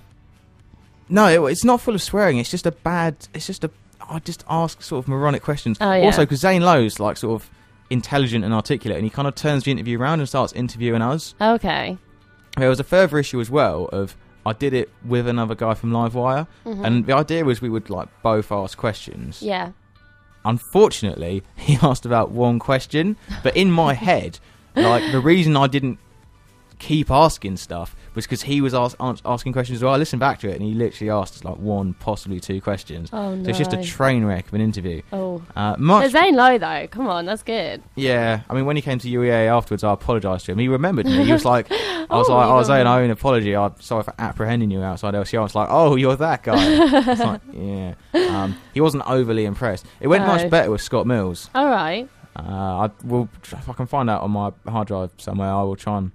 [SPEAKER 1] No, it, it's not full of swearing. It's just a bad. It's just a. I just ask sort of moronic questions.
[SPEAKER 3] Oh, yeah.
[SPEAKER 1] Also, because Zane Lowe's like sort of intelligent and articulate, and he kind of turns the interview around and starts interviewing us.
[SPEAKER 3] Okay.
[SPEAKER 1] There was a further issue as well of I did it with another guy from Livewire,
[SPEAKER 3] Mm-hmm.
[SPEAKER 1] and the idea was we would like both ask questions.
[SPEAKER 3] Yeah.
[SPEAKER 1] Unfortunately, he asked about one question, but in my head, like the reason I didn't keep asking stuff was because he was ask, ans- asking questions as well. I listened back to it, and he literally asked like one, possibly two questions.
[SPEAKER 3] Oh,
[SPEAKER 1] So it's just a
[SPEAKER 3] no.
[SPEAKER 1] train wreck of an interview.
[SPEAKER 3] Oh.
[SPEAKER 1] Uh, much,
[SPEAKER 3] But Zane Lowe, though, come on, that's good.
[SPEAKER 1] yeah. I mean, when he came to UEA afterwards, I apologised to him. He remembered me. He was like, "I was
[SPEAKER 3] Oh,
[SPEAKER 1] like,
[SPEAKER 3] you
[SPEAKER 1] I was
[SPEAKER 3] got
[SPEAKER 1] saying, I
[SPEAKER 3] him.
[SPEAKER 1] own apology. I'm sorry for apprehending you outside LCR." I was like, "Oh, you're that guy." It's like, yeah. Um, he wasn't overly impressed. It went
[SPEAKER 3] No.
[SPEAKER 1] much better with Scott Mills.
[SPEAKER 3] All right.
[SPEAKER 1] Uh, I will if I can find out on my hard drive somewhere. I will try and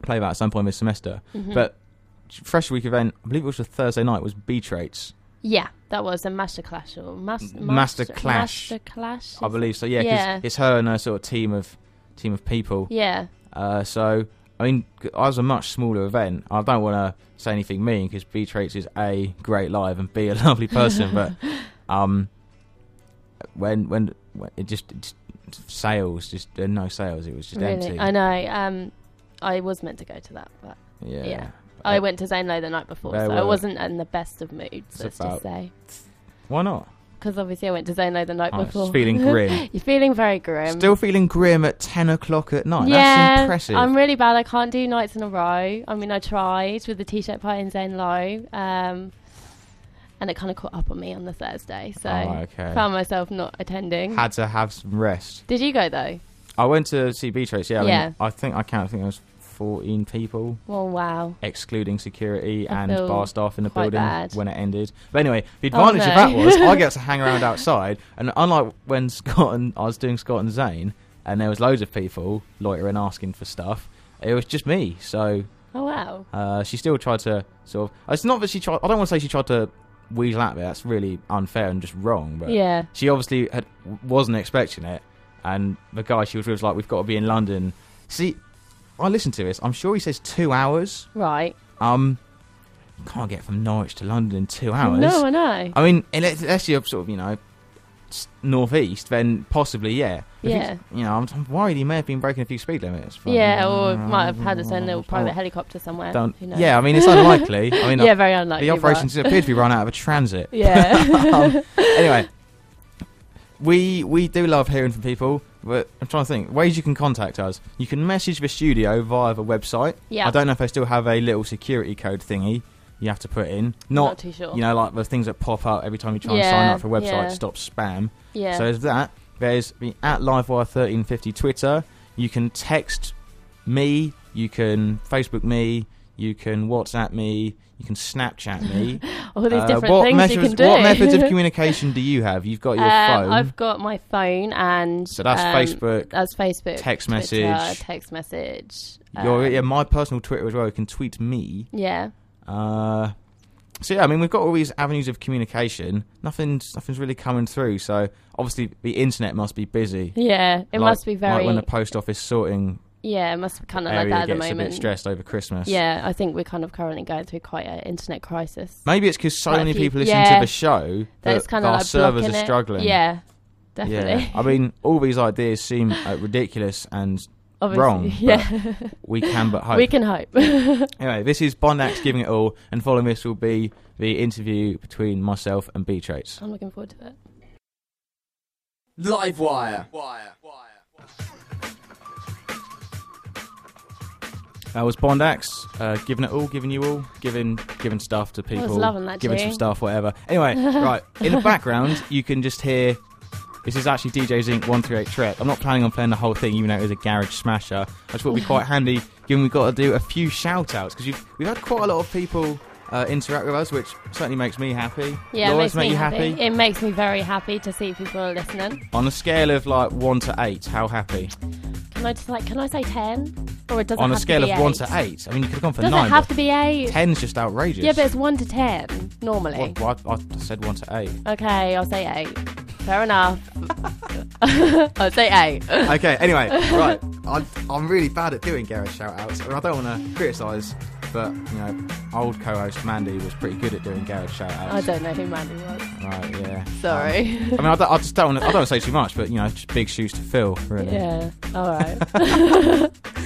[SPEAKER 1] play that at some point this semester.
[SPEAKER 3] Mm-hmm.
[SPEAKER 1] But Fresh Week event, I believe it was a Thursday night, was B Traits.
[SPEAKER 3] Yeah, that was a master clash or mas-
[SPEAKER 1] Master clash.
[SPEAKER 3] Master clash.
[SPEAKER 1] I
[SPEAKER 3] is-
[SPEAKER 1] believe so. Yeah, 'cause
[SPEAKER 3] Yeah.
[SPEAKER 1] it's her and her sort of team of team of people.
[SPEAKER 3] Yeah.
[SPEAKER 1] Uh, so I mean, c- I was a much smaller event. I don't want to say anything mean because B Traits is a great live and B a lovely person, but um, when when when it just, it just sales, just uh, no sales. It was just
[SPEAKER 3] Really.
[SPEAKER 1] empty.
[SPEAKER 3] I know. Um, I was meant to go to that, but
[SPEAKER 1] Yeah.
[SPEAKER 3] yeah.
[SPEAKER 1] Uh,
[SPEAKER 3] I went to Zane Lowe the night before,
[SPEAKER 1] There
[SPEAKER 3] so I
[SPEAKER 1] were-
[SPEAKER 3] wasn't in the best of moods, let's
[SPEAKER 1] about-
[SPEAKER 3] just say.
[SPEAKER 1] Why not?
[SPEAKER 3] Because obviously I went to Zane Lowe the night
[SPEAKER 1] Oh, it's
[SPEAKER 3] before.
[SPEAKER 1] feeling grim.
[SPEAKER 3] You're feeling very grim.
[SPEAKER 1] Still feeling grim at 10 o'clock at night. That's
[SPEAKER 3] yeah,
[SPEAKER 1] impressive.
[SPEAKER 3] I'm really bad. I can't do nights in a row. I mean, I tried with the t-shirt pie and Zane Low, um, and it kind of caught up on me on the Thursday. So
[SPEAKER 1] Oh, okay.
[SPEAKER 3] found myself not attending.
[SPEAKER 1] Had to have some rest.
[SPEAKER 3] Did you go though?
[SPEAKER 1] I went to see B Trace, yeah. I, mean,
[SPEAKER 3] Yeah.
[SPEAKER 1] I think I count, I think there was 14 people,
[SPEAKER 3] Well, wow.
[SPEAKER 1] excluding security
[SPEAKER 3] I
[SPEAKER 1] and
[SPEAKER 3] feel
[SPEAKER 1] bar staff in the
[SPEAKER 3] quite
[SPEAKER 1] building
[SPEAKER 3] bad.
[SPEAKER 1] when it ended. But anyway, the
[SPEAKER 3] Oh,
[SPEAKER 1] advantage
[SPEAKER 3] no.
[SPEAKER 1] of that was I get to hang around outside, and unlike when Scott and I was doing Scott and Zane, and there was loads of people loitering asking for stuff, it was just me. So
[SPEAKER 3] Oh wow.
[SPEAKER 1] Uh, she still tried to sort of. It's not that she tried. I don't want to say she tried to weasel out of it. That's really unfair and just wrong. But
[SPEAKER 3] Yeah.
[SPEAKER 1] she obviously had wasn't expecting it, and the guy she was with was like, "We've got to be in London." See, I listened to this. I'm sure he says two hours.
[SPEAKER 3] Right.
[SPEAKER 1] Um, can't get from Norwich to London in two hours.
[SPEAKER 3] No, I know.
[SPEAKER 1] I mean, unless unless you're sort of you know s- northeast, then possibly yeah. If
[SPEAKER 3] Yeah.
[SPEAKER 1] he's- You know, I'm, I'm worried he may have been breaking a few speed limits. but-
[SPEAKER 3] yeah, or might have had its own little private
[SPEAKER 1] Oh,
[SPEAKER 3] helicopter somewhere.
[SPEAKER 1] don't-
[SPEAKER 3] Who knows?
[SPEAKER 1] yeah, I mean it's unlikely. I mean, uh,
[SPEAKER 3] yeah, very unlikely.
[SPEAKER 1] the
[SPEAKER 3] but-
[SPEAKER 1] operations appear to be run out of a transit.
[SPEAKER 3] Yeah.
[SPEAKER 1] um, anyway, we we do love hearing from people. But I'm trying to think ways you can contact us. You can message the studio via the website.
[SPEAKER 3] Yeah.
[SPEAKER 1] I don't know if they still have a little security code thingy you have to put in. Not,
[SPEAKER 3] Not too sure.
[SPEAKER 1] You know, like the things that pop up every time you try and sign
[SPEAKER 3] Yeah,
[SPEAKER 1] up for a website
[SPEAKER 3] yeah.
[SPEAKER 1] to stop spam.
[SPEAKER 3] yeah.
[SPEAKER 1] So there's that. There's the at LiveWire1350 Twitter. You can text me. You can Facebook me. You can WhatsApp me. You can Snapchat me.
[SPEAKER 3] All these
[SPEAKER 1] Uh,
[SPEAKER 3] different
[SPEAKER 1] what
[SPEAKER 3] things
[SPEAKER 1] methods,
[SPEAKER 3] you can do.
[SPEAKER 1] What methods of communication do you have? You've got your
[SPEAKER 3] Um,
[SPEAKER 1] phone.
[SPEAKER 3] I've got my phone and
[SPEAKER 1] So that's
[SPEAKER 3] um,
[SPEAKER 1] Facebook,
[SPEAKER 3] That's Facebook.
[SPEAKER 1] text
[SPEAKER 3] Twitter,
[SPEAKER 1] message.
[SPEAKER 3] Text message.
[SPEAKER 1] Your,
[SPEAKER 3] um,
[SPEAKER 1] yeah, my personal Twitter as well. You can tweet me.
[SPEAKER 3] yeah.
[SPEAKER 1] Uh, so yeah, I mean, we've got all these avenues of communication. Nothing's nothing's really coming through. So obviously, the internet must be busy.
[SPEAKER 3] Yeah. It
[SPEAKER 1] Like-
[SPEAKER 3] must be very.
[SPEAKER 1] like when the post office sorting
[SPEAKER 3] yeah. It must be kind of like
[SPEAKER 1] area
[SPEAKER 3] that at the
[SPEAKER 1] gets a
[SPEAKER 3] moment.
[SPEAKER 1] bit stressed over Christmas.
[SPEAKER 3] Yeah, I think we're kind of currently going through quite an internet crisis.
[SPEAKER 1] Maybe it's because so
[SPEAKER 3] Quite a
[SPEAKER 1] many
[SPEAKER 3] few-
[SPEAKER 1] people listen
[SPEAKER 3] yeah.
[SPEAKER 1] to the show
[SPEAKER 3] That's
[SPEAKER 1] that
[SPEAKER 3] kind of
[SPEAKER 1] our
[SPEAKER 3] like
[SPEAKER 1] servers
[SPEAKER 3] blocking
[SPEAKER 1] are
[SPEAKER 3] it.
[SPEAKER 1] struggling.
[SPEAKER 3] Yeah,
[SPEAKER 1] Yeah.
[SPEAKER 3] definitely.
[SPEAKER 1] I mean, all these ideas seem uh, ridiculous and
[SPEAKER 3] Obviously,
[SPEAKER 1] wrong.
[SPEAKER 3] Yeah,
[SPEAKER 1] but we can but hope.
[SPEAKER 3] we can hope.
[SPEAKER 1] Anyway, this is Bondax giving it all, and following this will be the interview between myself and B Traits.
[SPEAKER 3] I'm looking forward to that.
[SPEAKER 6] Live wire.
[SPEAKER 1] That was Bondax uh, giving it all, giving you all, giving giving stuff to people,
[SPEAKER 3] loving that
[SPEAKER 1] giving
[SPEAKER 3] tune.
[SPEAKER 1] some stuff, whatever. Anyway, right in the background, you can just hear. This is actually DJ Zinc One Three Eight Trek. I'm not planning on playing the whole thing, even though it is a garage smasher. I just thought it'd be quite handy, given we've got to do a few shout outs because we've we've had quite a lot of people uh, interact with us, which certainly makes me happy.
[SPEAKER 3] Yeah,
[SPEAKER 1] Laura's
[SPEAKER 3] it makes me
[SPEAKER 1] make you
[SPEAKER 3] happy. It makes me very happy to see people are listening.
[SPEAKER 1] On a scale of like one to eight, how happy?
[SPEAKER 3] Can I just like? Can I say ten? Or it doesn't
[SPEAKER 1] on a
[SPEAKER 3] have
[SPEAKER 1] scale
[SPEAKER 3] to
[SPEAKER 1] of
[SPEAKER 3] be
[SPEAKER 1] one
[SPEAKER 3] eight?
[SPEAKER 1] to eight. I mean, you could have gone for
[SPEAKER 3] Doesn't
[SPEAKER 1] nine.
[SPEAKER 3] have
[SPEAKER 1] but
[SPEAKER 3] to be eight.
[SPEAKER 1] Ten's just outrageous.
[SPEAKER 3] Yeah, but it's one to ten normally.
[SPEAKER 1] Well, well, I, I said one to eight.
[SPEAKER 3] Okay, I'll say eight. Fair enough. I'll say eight.
[SPEAKER 1] okay. Anyway, right. I, I'm really bad at doing garage shout outs, and I don't want to criticise, but you know, old co-host Mandy was pretty good at doing garage shout
[SPEAKER 3] I
[SPEAKER 1] outs.
[SPEAKER 3] don't know who Mandy was.
[SPEAKER 1] Right. Yeah.
[SPEAKER 3] Sorry.
[SPEAKER 1] I mean, I, don't- I just don't want to. I don't want to say too much, but you know, just big shoes to fill, really.
[SPEAKER 3] yeah. All right.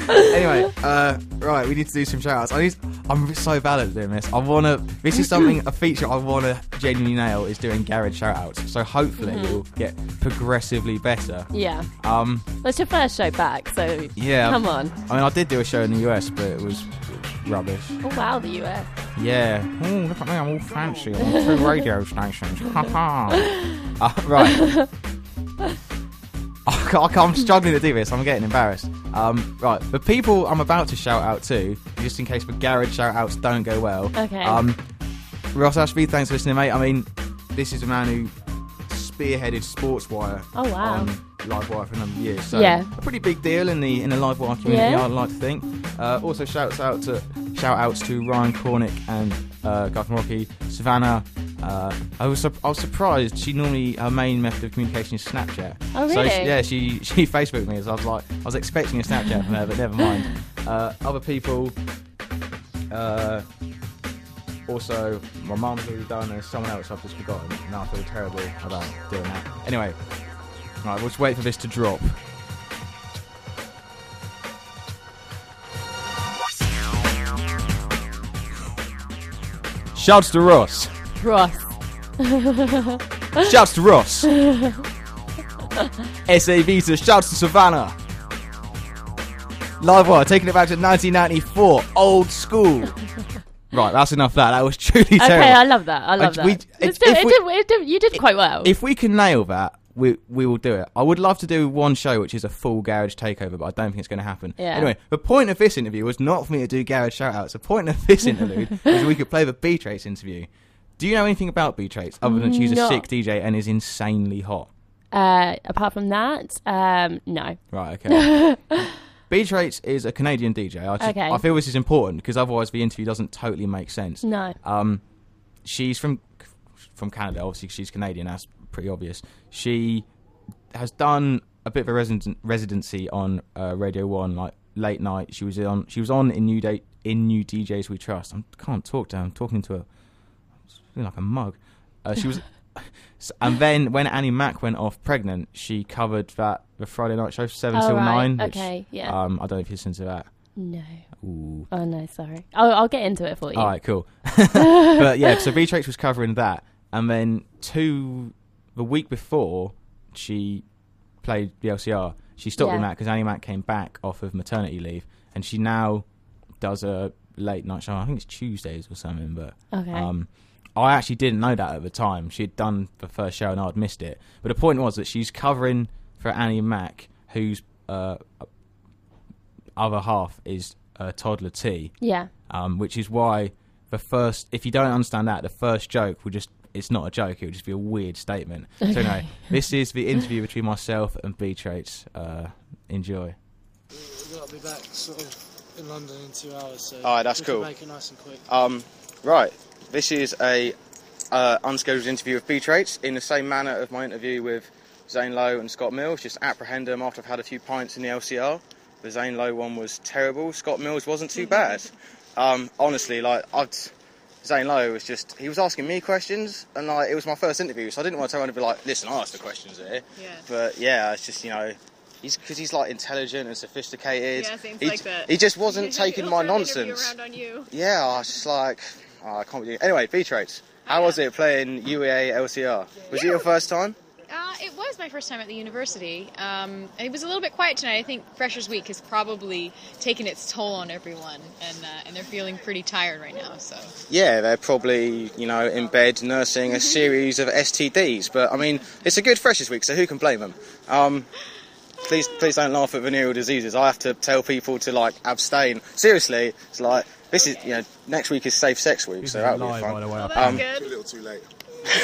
[SPEAKER 1] anyway, uh, right, we need to do some shout outs. I need, I'm so bad at doing this. I want to, this is something, a feature I want to genuinely nail is doing garage shout outs. So hopefully we'll get progressively better.
[SPEAKER 3] Yeah.
[SPEAKER 1] Um,
[SPEAKER 3] That's your first show back, so
[SPEAKER 1] Yeah.
[SPEAKER 3] come on.
[SPEAKER 1] I mean, I did do a show in the US, but it was rubbish.
[SPEAKER 3] Oh, wow, the US.
[SPEAKER 1] Yeah. Ooh, look at me, I'm all fancy on two radio stations. Ha ha. Uh, right. I ca- I ca- I'm struggling to do this. I'm getting embarrassed. Um, right, the people I'm about to shout out to, just in case the garage shout outs don't go well.
[SPEAKER 3] Okay.
[SPEAKER 1] Um, Ross Ashby, thanks for listening, mate. I mean, this is a man who spearheaded Sportswire
[SPEAKER 3] Oh, wow.
[SPEAKER 1] on Livewire for a number of years. So
[SPEAKER 3] Yeah.
[SPEAKER 1] a pretty big deal in the in the Livewire community,
[SPEAKER 3] Yeah.
[SPEAKER 1] I'd like to think. Uh, also, shouts out to shout outs to Ryan Cornick and uh, Guy from Rocky, Savannah. Uh, I was sup- I was surprised. She normally her main method of communication is Snapchat.
[SPEAKER 3] Oh,
[SPEAKER 1] So
[SPEAKER 3] really?
[SPEAKER 1] she, yeah, she she Facebooked me. So I was like, I was expecting a Snapchat from her, but never mind. Uh, other people. Uh, also, my mum who done and someone else I've just forgotten, and I feel terrible about doing that. Anyway, right, we'll just wait for this to drop. Shouts to Ross.
[SPEAKER 3] Ross.
[SPEAKER 1] Shouts to Ross. SA Vita. Shouts to Savannah. Livewire taking it back to 1994. Old school. right, that's enough. of That that was truly terrible.
[SPEAKER 3] Okay, I love that. I love that.
[SPEAKER 1] we-
[SPEAKER 3] It's
[SPEAKER 1] if-
[SPEAKER 3] still-
[SPEAKER 1] if
[SPEAKER 3] it
[SPEAKER 1] we-
[SPEAKER 3] did- it did- You did quite well.
[SPEAKER 1] if we can nail that, we we will do it. I would love to do one show which is a full garage takeover, but I don't think it's going to happen.
[SPEAKER 3] Yeah.
[SPEAKER 1] Anyway, the point of this interview was not for me to do garage shout outs. The point of this interlude was we could play the B Trace interview. Do you know anything about B Trace other than she's
[SPEAKER 3] No.
[SPEAKER 1] a sick DJ and is insanely hot?
[SPEAKER 3] Uh, apart from that, um, no.
[SPEAKER 1] Right, okay. B Traits is a Canadian DJ. I, just-
[SPEAKER 3] Okay.
[SPEAKER 1] I feel this is important because otherwise the interview doesn't totally make sense.
[SPEAKER 3] No.
[SPEAKER 1] Um, she's from from Canada. Obviously, she's Canadian. That's pretty obvious. She has done a bit of a resident, residency on uh, Radio One, like late night. She was on. She was on in New Day in New DJs We Trust. I can't talk to her. I'm talking to her. I'm like a mug. Uh, she was. s- And then when Annie Mack went off pregnant, she covered that the Friday night show seven
[SPEAKER 3] Oh,
[SPEAKER 1] till
[SPEAKER 3] right.
[SPEAKER 1] nine. which,
[SPEAKER 3] Okay, yeah.
[SPEAKER 1] Um, I don't know if you listened to that.
[SPEAKER 3] No.
[SPEAKER 1] Ooh.
[SPEAKER 3] Oh, no, sorry. Oh, I'll get into it for you.
[SPEAKER 1] All right, cool. but yeah, so Beatrix was covering that, and then two the week before she played the LCR, she stopped
[SPEAKER 3] Yeah.
[SPEAKER 1] with Matt because Annie Mac came back off of maternity leave, and she now does a late night show. I think it's Tuesdays or something, but
[SPEAKER 3] Okay.
[SPEAKER 1] um, I actually didn't know that at the time. She'd done the first show and I'd missed it. But the point was that she's covering for Annie Mac, whose uh, other half is uh, toddler T
[SPEAKER 3] Yeah.
[SPEAKER 1] um, which is why the first if you don't understand that the first joke will just it's not a joke it would just be a weird statement so anyway this is the interview between myself and b traits uh, enjoy
[SPEAKER 9] I'll be back sort of in London in two hours. So
[SPEAKER 10] Alright, that's
[SPEAKER 9] we can
[SPEAKER 10] cool.
[SPEAKER 9] Make it nice and quick.
[SPEAKER 10] Um, right. This is a uh, unscheduled interview with B Traits in the same manner of my interview with Zane Lowe and Scott Mills. Just apprehend them after I've had a few pints in the LCR. The Zane Lowe one was terrible. Scott Mills wasn't too bad. Um, honestly, like I'd, Zane Lowe was just he was asking me questions and like it was my first interview, so I didn't want to tell anyone to be like, listen, I asked the questions here.
[SPEAKER 8] Yeah.
[SPEAKER 10] But yeah, it's just you know. He's because he's like intelligent and sophisticated.
[SPEAKER 8] Yeah, things
[SPEAKER 10] he,
[SPEAKER 8] like that.
[SPEAKER 10] he just wasn't taking my nonsense.
[SPEAKER 8] Around on you.
[SPEAKER 10] Yeah, I was just like, oh, I can't believe. Anyway, B traits. How was it playing E UEA LCR? Was it your first time?
[SPEAKER 8] Uh, it was my first time at the university. Um, and it was a little bit quiet tonight. I think Freshers Week has probably taken its toll on everyone, and uh, and they're feeling pretty tired right now. So
[SPEAKER 10] Yeah, they're probably you know in bed nursing a series of STDs. But I mean, it's a good freshers week, so who can blame them? Um, please, please don't laugh at venereal diseases. I have to tell people to like abstain. Seriously, it's like this is you know next week is safe sex week, so that'll be Uh, fun.
[SPEAKER 8] that's
[SPEAKER 10] Um,
[SPEAKER 8] good.
[SPEAKER 4] little too late.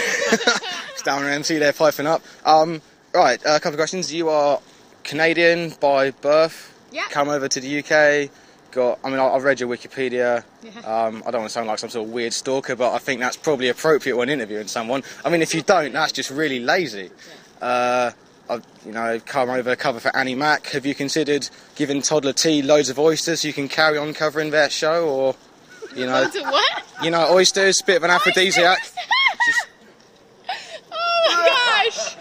[SPEAKER 10] It's down in MC there piping up. Um, right, a couple of questions. You are Canadian by birth.
[SPEAKER 8] Yeah.
[SPEAKER 10] Come over to the UK. Got. I mean, I- I've read your Wikipedia.
[SPEAKER 8] Yeah.
[SPEAKER 10] Um, I don't want to sound like some sort of weird stalker, but I think that's probably appropriate when interviewing someone. I mean, if you don't, that's just really lazy. Uh, I've, you know, come over cover for Annie Mac. Have you considered giving toddler T loads of oysters so you can carry on covering their show, or you know,
[SPEAKER 8] So what?
[SPEAKER 10] you know, oysters, bit of an aphrodisiac? Just-
[SPEAKER 8] Oh my gosh!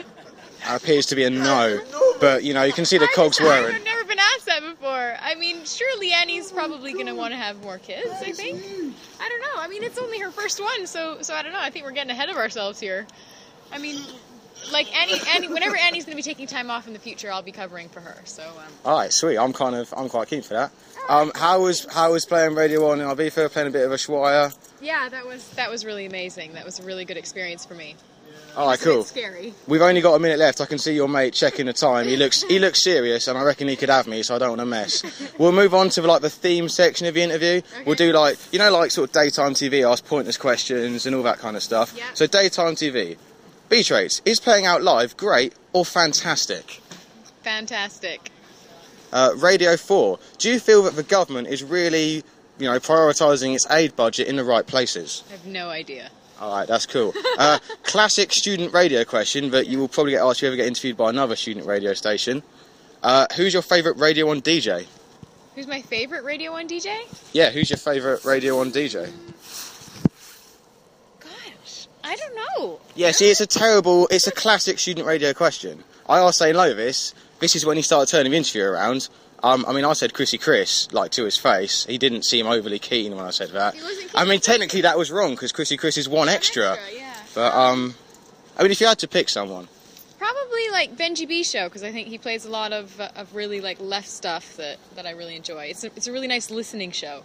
[SPEAKER 10] appears to be a no. But you know, you can see the cogs
[SPEAKER 8] I've
[SPEAKER 10] whirring.
[SPEAKER 8] never been asked that before. more. I mean, surely Annie's probably going to want to have more kids, I think. I don't know. I mean, it's only her first one, so so I don't know. I think we're getting ahead of ourselves here. I mean, like Annie, Annie whenever Annie's going to be taking time off in the future, I'll be covering for her. So um,
[SPEAKER 10] All right, sweet. I'm kind of I'm quite keen for that. Um, how was how was playing Radio One in Ibiza? Playing a bit of a Shwire.
[SPEAKER 8] yeah, that was that was really amazing. That was a really good experience for me.
[SPEAKER 10] All right,
[SPEAKER 8] It's a bit
[SPEAKER 10] cool.
[SPEAKER 8] scary.
[SPEAKER 10] We've only got a minute left. I can see your mate checking the time. He looks he looks serious, and I reckon he could have me, so I don't want to mess. We'll move on to like the theme section of the interview. We'll do like you know like sort of daytime TV, ask pointless questions and all that kind of stuff.
[SPEAKER 8] Yeah.
[SPEAKER 10] So daytime TV, B traits is playing out live great or fantastic?
[SPEAKER 8] Fantastic.
[SPEAKER 10] Uh, Radio Four, do you feel that the government is really you know prioritising its aid budget in the right places?
[SPEAKER 8] I have no idea.
[SPEAKER 10] All right, that's cool. Uh, classic student radio question that you will probably get asked if you ever get interviewed by another student radio station. Uh, who's your favourite Radio 1 DJ?
[SPEAKER 8] Who's my favorite Radio 1 DJ?
[SPEAKER 10] Yeah, who's your favourite Radio 1 DJ?
[SPEAKER 8] I don't know.
[SPEAKER 10] Yeah, see, it's a terrible, it's a classic student radio question. I asked Zane Lowe this. This is when he started turning the interview around. Um, I mean, I said Chrissy Chris, like, to his face. He didn't seem overly keen when I said that. I mean, technically that was wrong, because Chrissy Chris is one extra. But, um, I mean, if you had to pick someone,
[SPEAKER 8] Probably like Benji B show because I think he plays a lot of uh, of really like left stuff that, that I really enjoy. It's a, it's a really nice listening show.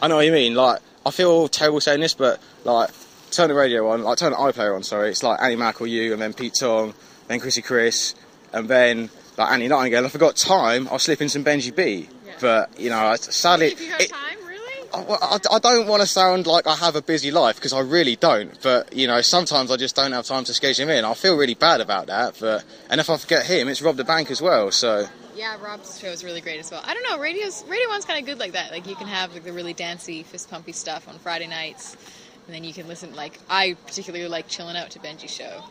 [SPEAKER 10] I know what you mean. Like, I feel terrible saying this, but like, turn the radio on, like, turn the iPlayer on. Sorry, it's like Annie Mac or you, and then Pete Tong, then Chrissy Chris, and then like Annie Nightingale. If I got time, I'll slip in some Benji B. But you know, I- sadly, if you have time, really,
[SPEAKER 8] Oh.
[SPEAKER 10] I, well, I, I don't want to sound like I have a busy life because I really don't. But you know, sometimes I just don't have time to schedule him in. I feel really bad about that. But and if I forget him, it's Rob the Bank as well. So.
[SPEAKER 8] Yeah, Rob's show is really great as well. I don't know, radio's Radio One's kind of good like that. Like you can have like the really dancey, fist pumpy stuff on Friday nights, and then you can listen. Like I particularly like chilling out to Benji show.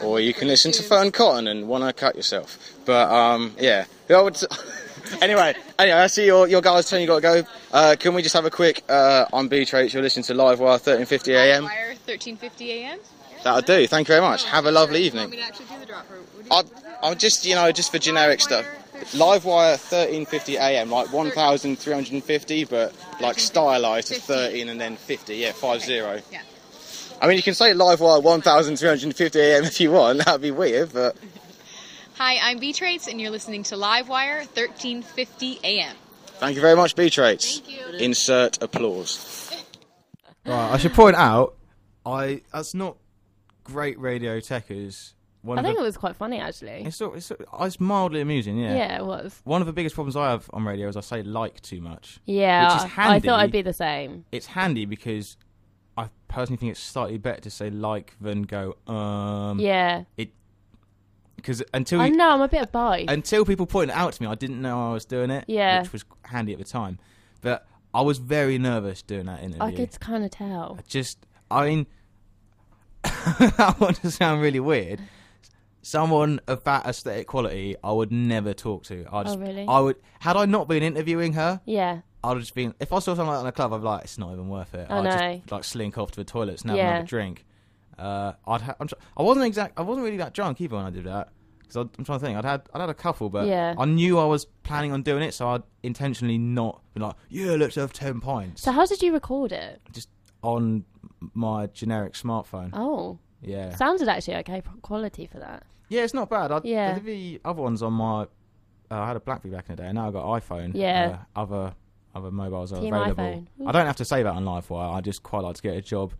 [SPEAKER 8] Or
[SPEAKER 10] Or you can listen to Fern Cotton and want to cut yourself. But um, yeah. I would- anyway, anyway, I see your, your guys telling you got to go. Uh, can we just have a quick uh, on B Traits? You're listening to Live Wire 1350 AM.
[SPEAKER 8] Wire 13:50 a.m.
[SPEAKER 10] That'll do. Thank you very much. Have a lovely evening.
[SPEAKER 8] actually do the drop.
[SPEAKER 10] I, I'm just you know just for generic stuff. Live Wire 1350 AM, like 1350, but like stylized to 13 and then 50. Yeah, five zero.
[SPEAKER 8] Yeah.
[SPEAKER 10] I mean, you can say Live Wire 1350 AM if you want. That'd be weird, but.
[SPEAKER 8] Hi, I'm B Traits, and you're listening to Livewire 13:50 a.m.
[SPEAKER 10] Thank you very much, B Traits. Thank you. Insert applause.
[SPEAKER 1] Right, I should point out, I that's not great radio techers. One
[SPEAKER 3] I
[SPEAKER 1] of
[SPEAKER 3] think
[SPEAKER 1] the,
[SPEAKER 3] it was quite funny actually.
[SPEAKER 1] It's, sort- it's, sort- it's mildly amusing, yeah.
[SPEAKER 3] Yeah, it was.
[SPEAKER 1] One of the biggest problems I have on radio is I say like too much.
[SPEAKER 3] Yeah,
[SPEAKER 1] which is
[SPEAKER 3] I-
[SPEAKER 1] handy.
[SPEAKER 3] I thought I'd be the same.
[SPEAKER 1] It's handy because I personally think it's slightly better to say like than go um.
[SPEAKER 3] Yeah.
[SPEAKER 1] It because until
[SPEAKER 3] I
[SPEAKER 1] you,
[SPEAKER 3] know I'm a bit of both.
[SPEAKER 1] until people pointed it out to me, I didn't know I was doing it.
[SPEAKER 3] Yeah.
[SPEAKER 1] which was handy at the time, but I was very nervous doing that interview.
[SPEAKER 3] I could kind of tell.
[SPEAKER 1] I just, I mean, I want to sound really weird. Someone of that aesthetic quality, I would never talk to. I
[SPEAKER 3] Oh,
[SPEAKER 1] just,
[SPEAKER 3] really?
[SPEAKER 1] I would, had I not been interviewing her,
[SPEAKER 3] Yeah.
[SPEAKER 1] I'd have just been. If I saw something like that in a club, I'd be like, it's not even worth it.
[SPEAKER 3] I
[SPEAKER 1] I'd
[SPEAKER 3] know.
[SPEAKER 1] just like slink off to the toilets and have
[SPEAKER 3] Yeah.
[SPEAKER 1] another drink. Uh, I'd, ha- I'm tr- I wasn't exact. I wasn't really that drunk either when I did that. Because I'm trying to think, I'd had I'd had a couple, but
[SPEAKER 3] Yeah.
[SPEAKER 1] I knew I was planning on doing it, so I'd intentionally not been like, yeah, let's have ten pints
[SPEAKER 3] So how did you record it?
[SPEAKER 1] on my generic smartphone.
[SPEAKER 3] Oh.
[SPEAKER 1] Yeah.
[SPEAKER 3] Sounded actually okay pro- quality for that.
[SPEAKER 1] Yeah, it's not bad. I,
[SPEAKER 3] Yeah.
[SPEAKER 1] yeah. The other ones on my, uh, I had a BlackBerry back in the day, and now I've got iPhone.
[SPEAKER 3] Yeah.
[SPEAKER 1] Uh, other other mobiles are
[SPEAKER 3] Team
[SPEAKER 1] available.
[SPEAKER 3] iPhone.
[SPEAKER 1] I don't have to say that on LiveWire. I just quite like to get a job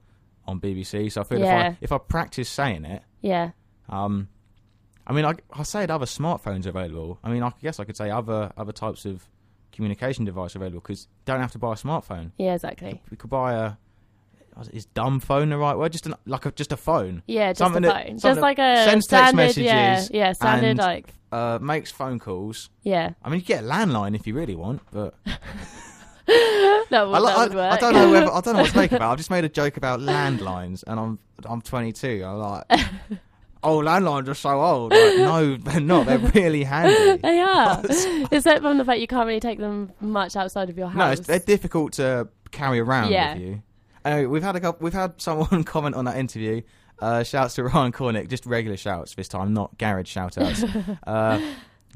[SPEAKER 1] on BBC. So I feel
[SPEAKER 3] Yeah.
[SPEAKER 1] if I if I practice saying it,
[SPEAKER 3] Yeah.
[SPEAKER 1] um, I mean, I I said other smartphones are available. I mean, I guess I could say other other types of communication device available because don't have to buy a smartphone.
[SPEAKER 3] Yeah, exactly.
[SPEAKER 1] We could buy a. Is dumb phone the right word? Just an, like a, just a phone.
[SPEAKER 3] Yeah, just a
[SPEAKER 1] Something that-
[SPEAKER 3] phone. Just
[SPEAKER 1] something that
[SPEAKER 3] like a
[SPEAKER 1] sends
[SPEAKER 3] standard-
[SPEAKER 1] text messages.
[SPEAKER 3] yeah, yeah, standard,
[SPEAKER 1] and,
[SPEAKER 3] like-
[SPEAKER 1] uh, makes phone calls.
[SPEAKER 3] Yeah.
[SPEAKER 1] I mean, you get a landline if you really want, but I,
[SPEAKER 3] That would, that would
[SPEAKER 1] li- I,
[SPEAKER 3] work.
[SPEAKER 1] I don't know. Whether, I don't know what to make about. I've just made a joke about landlines, and I'm I'm 22. I'm like, oh, landlines are so old. Like, no, they're not. They're really handy.
[SPEAKER 3] they are. Except from the fact you can't really take them much outside of your
[SPEAKER 1] No,
[SPEAKER 3] house.
[SPEAKER 1] it's, they're difficult to carry around
[SPEAKER 3] Yeah.
[SPEAKER 1] with you. Anyway, we've had a couple, we've had someone comment on that interview. Uh, shouts to Ryan Cornick, just regular shouts this time, not garage shout outs. uh,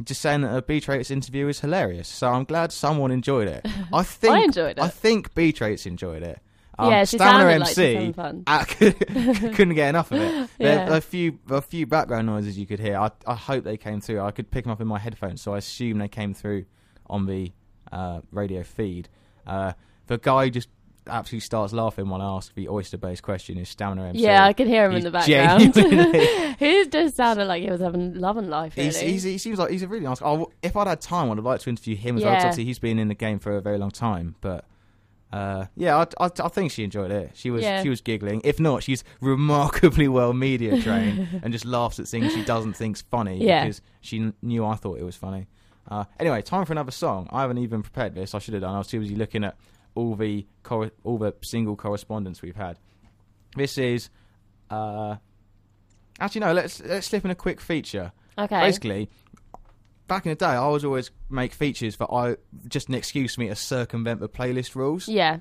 [SPEAKER 1] just saying that a B Traits interview is hilarious. So I'm glad someone enjoyed it. I think
[SPEAKER 3] enjoyed
[SPEAKER 1] I think B Traits enjoyed it. Um,
[SPEAKER 3] Yeah, she
[SPEAKER 1] Stamina
[SPEAKER 3] sounded like she's having fun.
[SPEAKER 1] I could, couldn't get enough of it. There
[SPEAKER 3] Yeah.
[SPEAKER 1] a few a few background noises you could hear. I I hope they came through. I could pick them up in my headphones, so I assume they came through on the uh, radio feed. Uh, the guy just absolutely starts laughing when I ask the oyster-based question: "Is Stamina MC?"
[SPEAKER 3] Yeah, I could hear him in
[SPEAKER 1] He's
[SPEAKER 3] the background.
[SPEAKER 1] genuinely-
[SPEAKER 3] he just sounded like he was having love and life, really.
[SPEAKER 1] He's, he's, he seems like he's a really nice. I w if I'd had time, I'd have liked to interview him as well. 'cause
[SPEAKER 3] Yeah.
[SPEAKER 1] Obviously, he's been in the game for a very long time, but uh, yeah, I, I, I think she enjoyed it. She was
[SPEAKER 3] Yeah.
[SPEAKER 1] she was giggling. If not, she's remarkably well media trained and just laughs at things she doesn't think's funny
[SPEAKER 3] Yeah.
[SPEAKER 1] because she kn- knew I thought it was funny. Uh, anyway, time for another song. I haven't even prepared this. I should have done. I was too busy looking at all the cor- all the single correspondence we've had. This is. Uh, Actually, no. Let's let's slip in a quick feature.
[SPEAKER 3] Okay.
[SPEAKER 1] Basically, back in the day, I was always make features, but I just an excuse for me to circumvent the playlist rules.
[SPEAKER 3] yeah.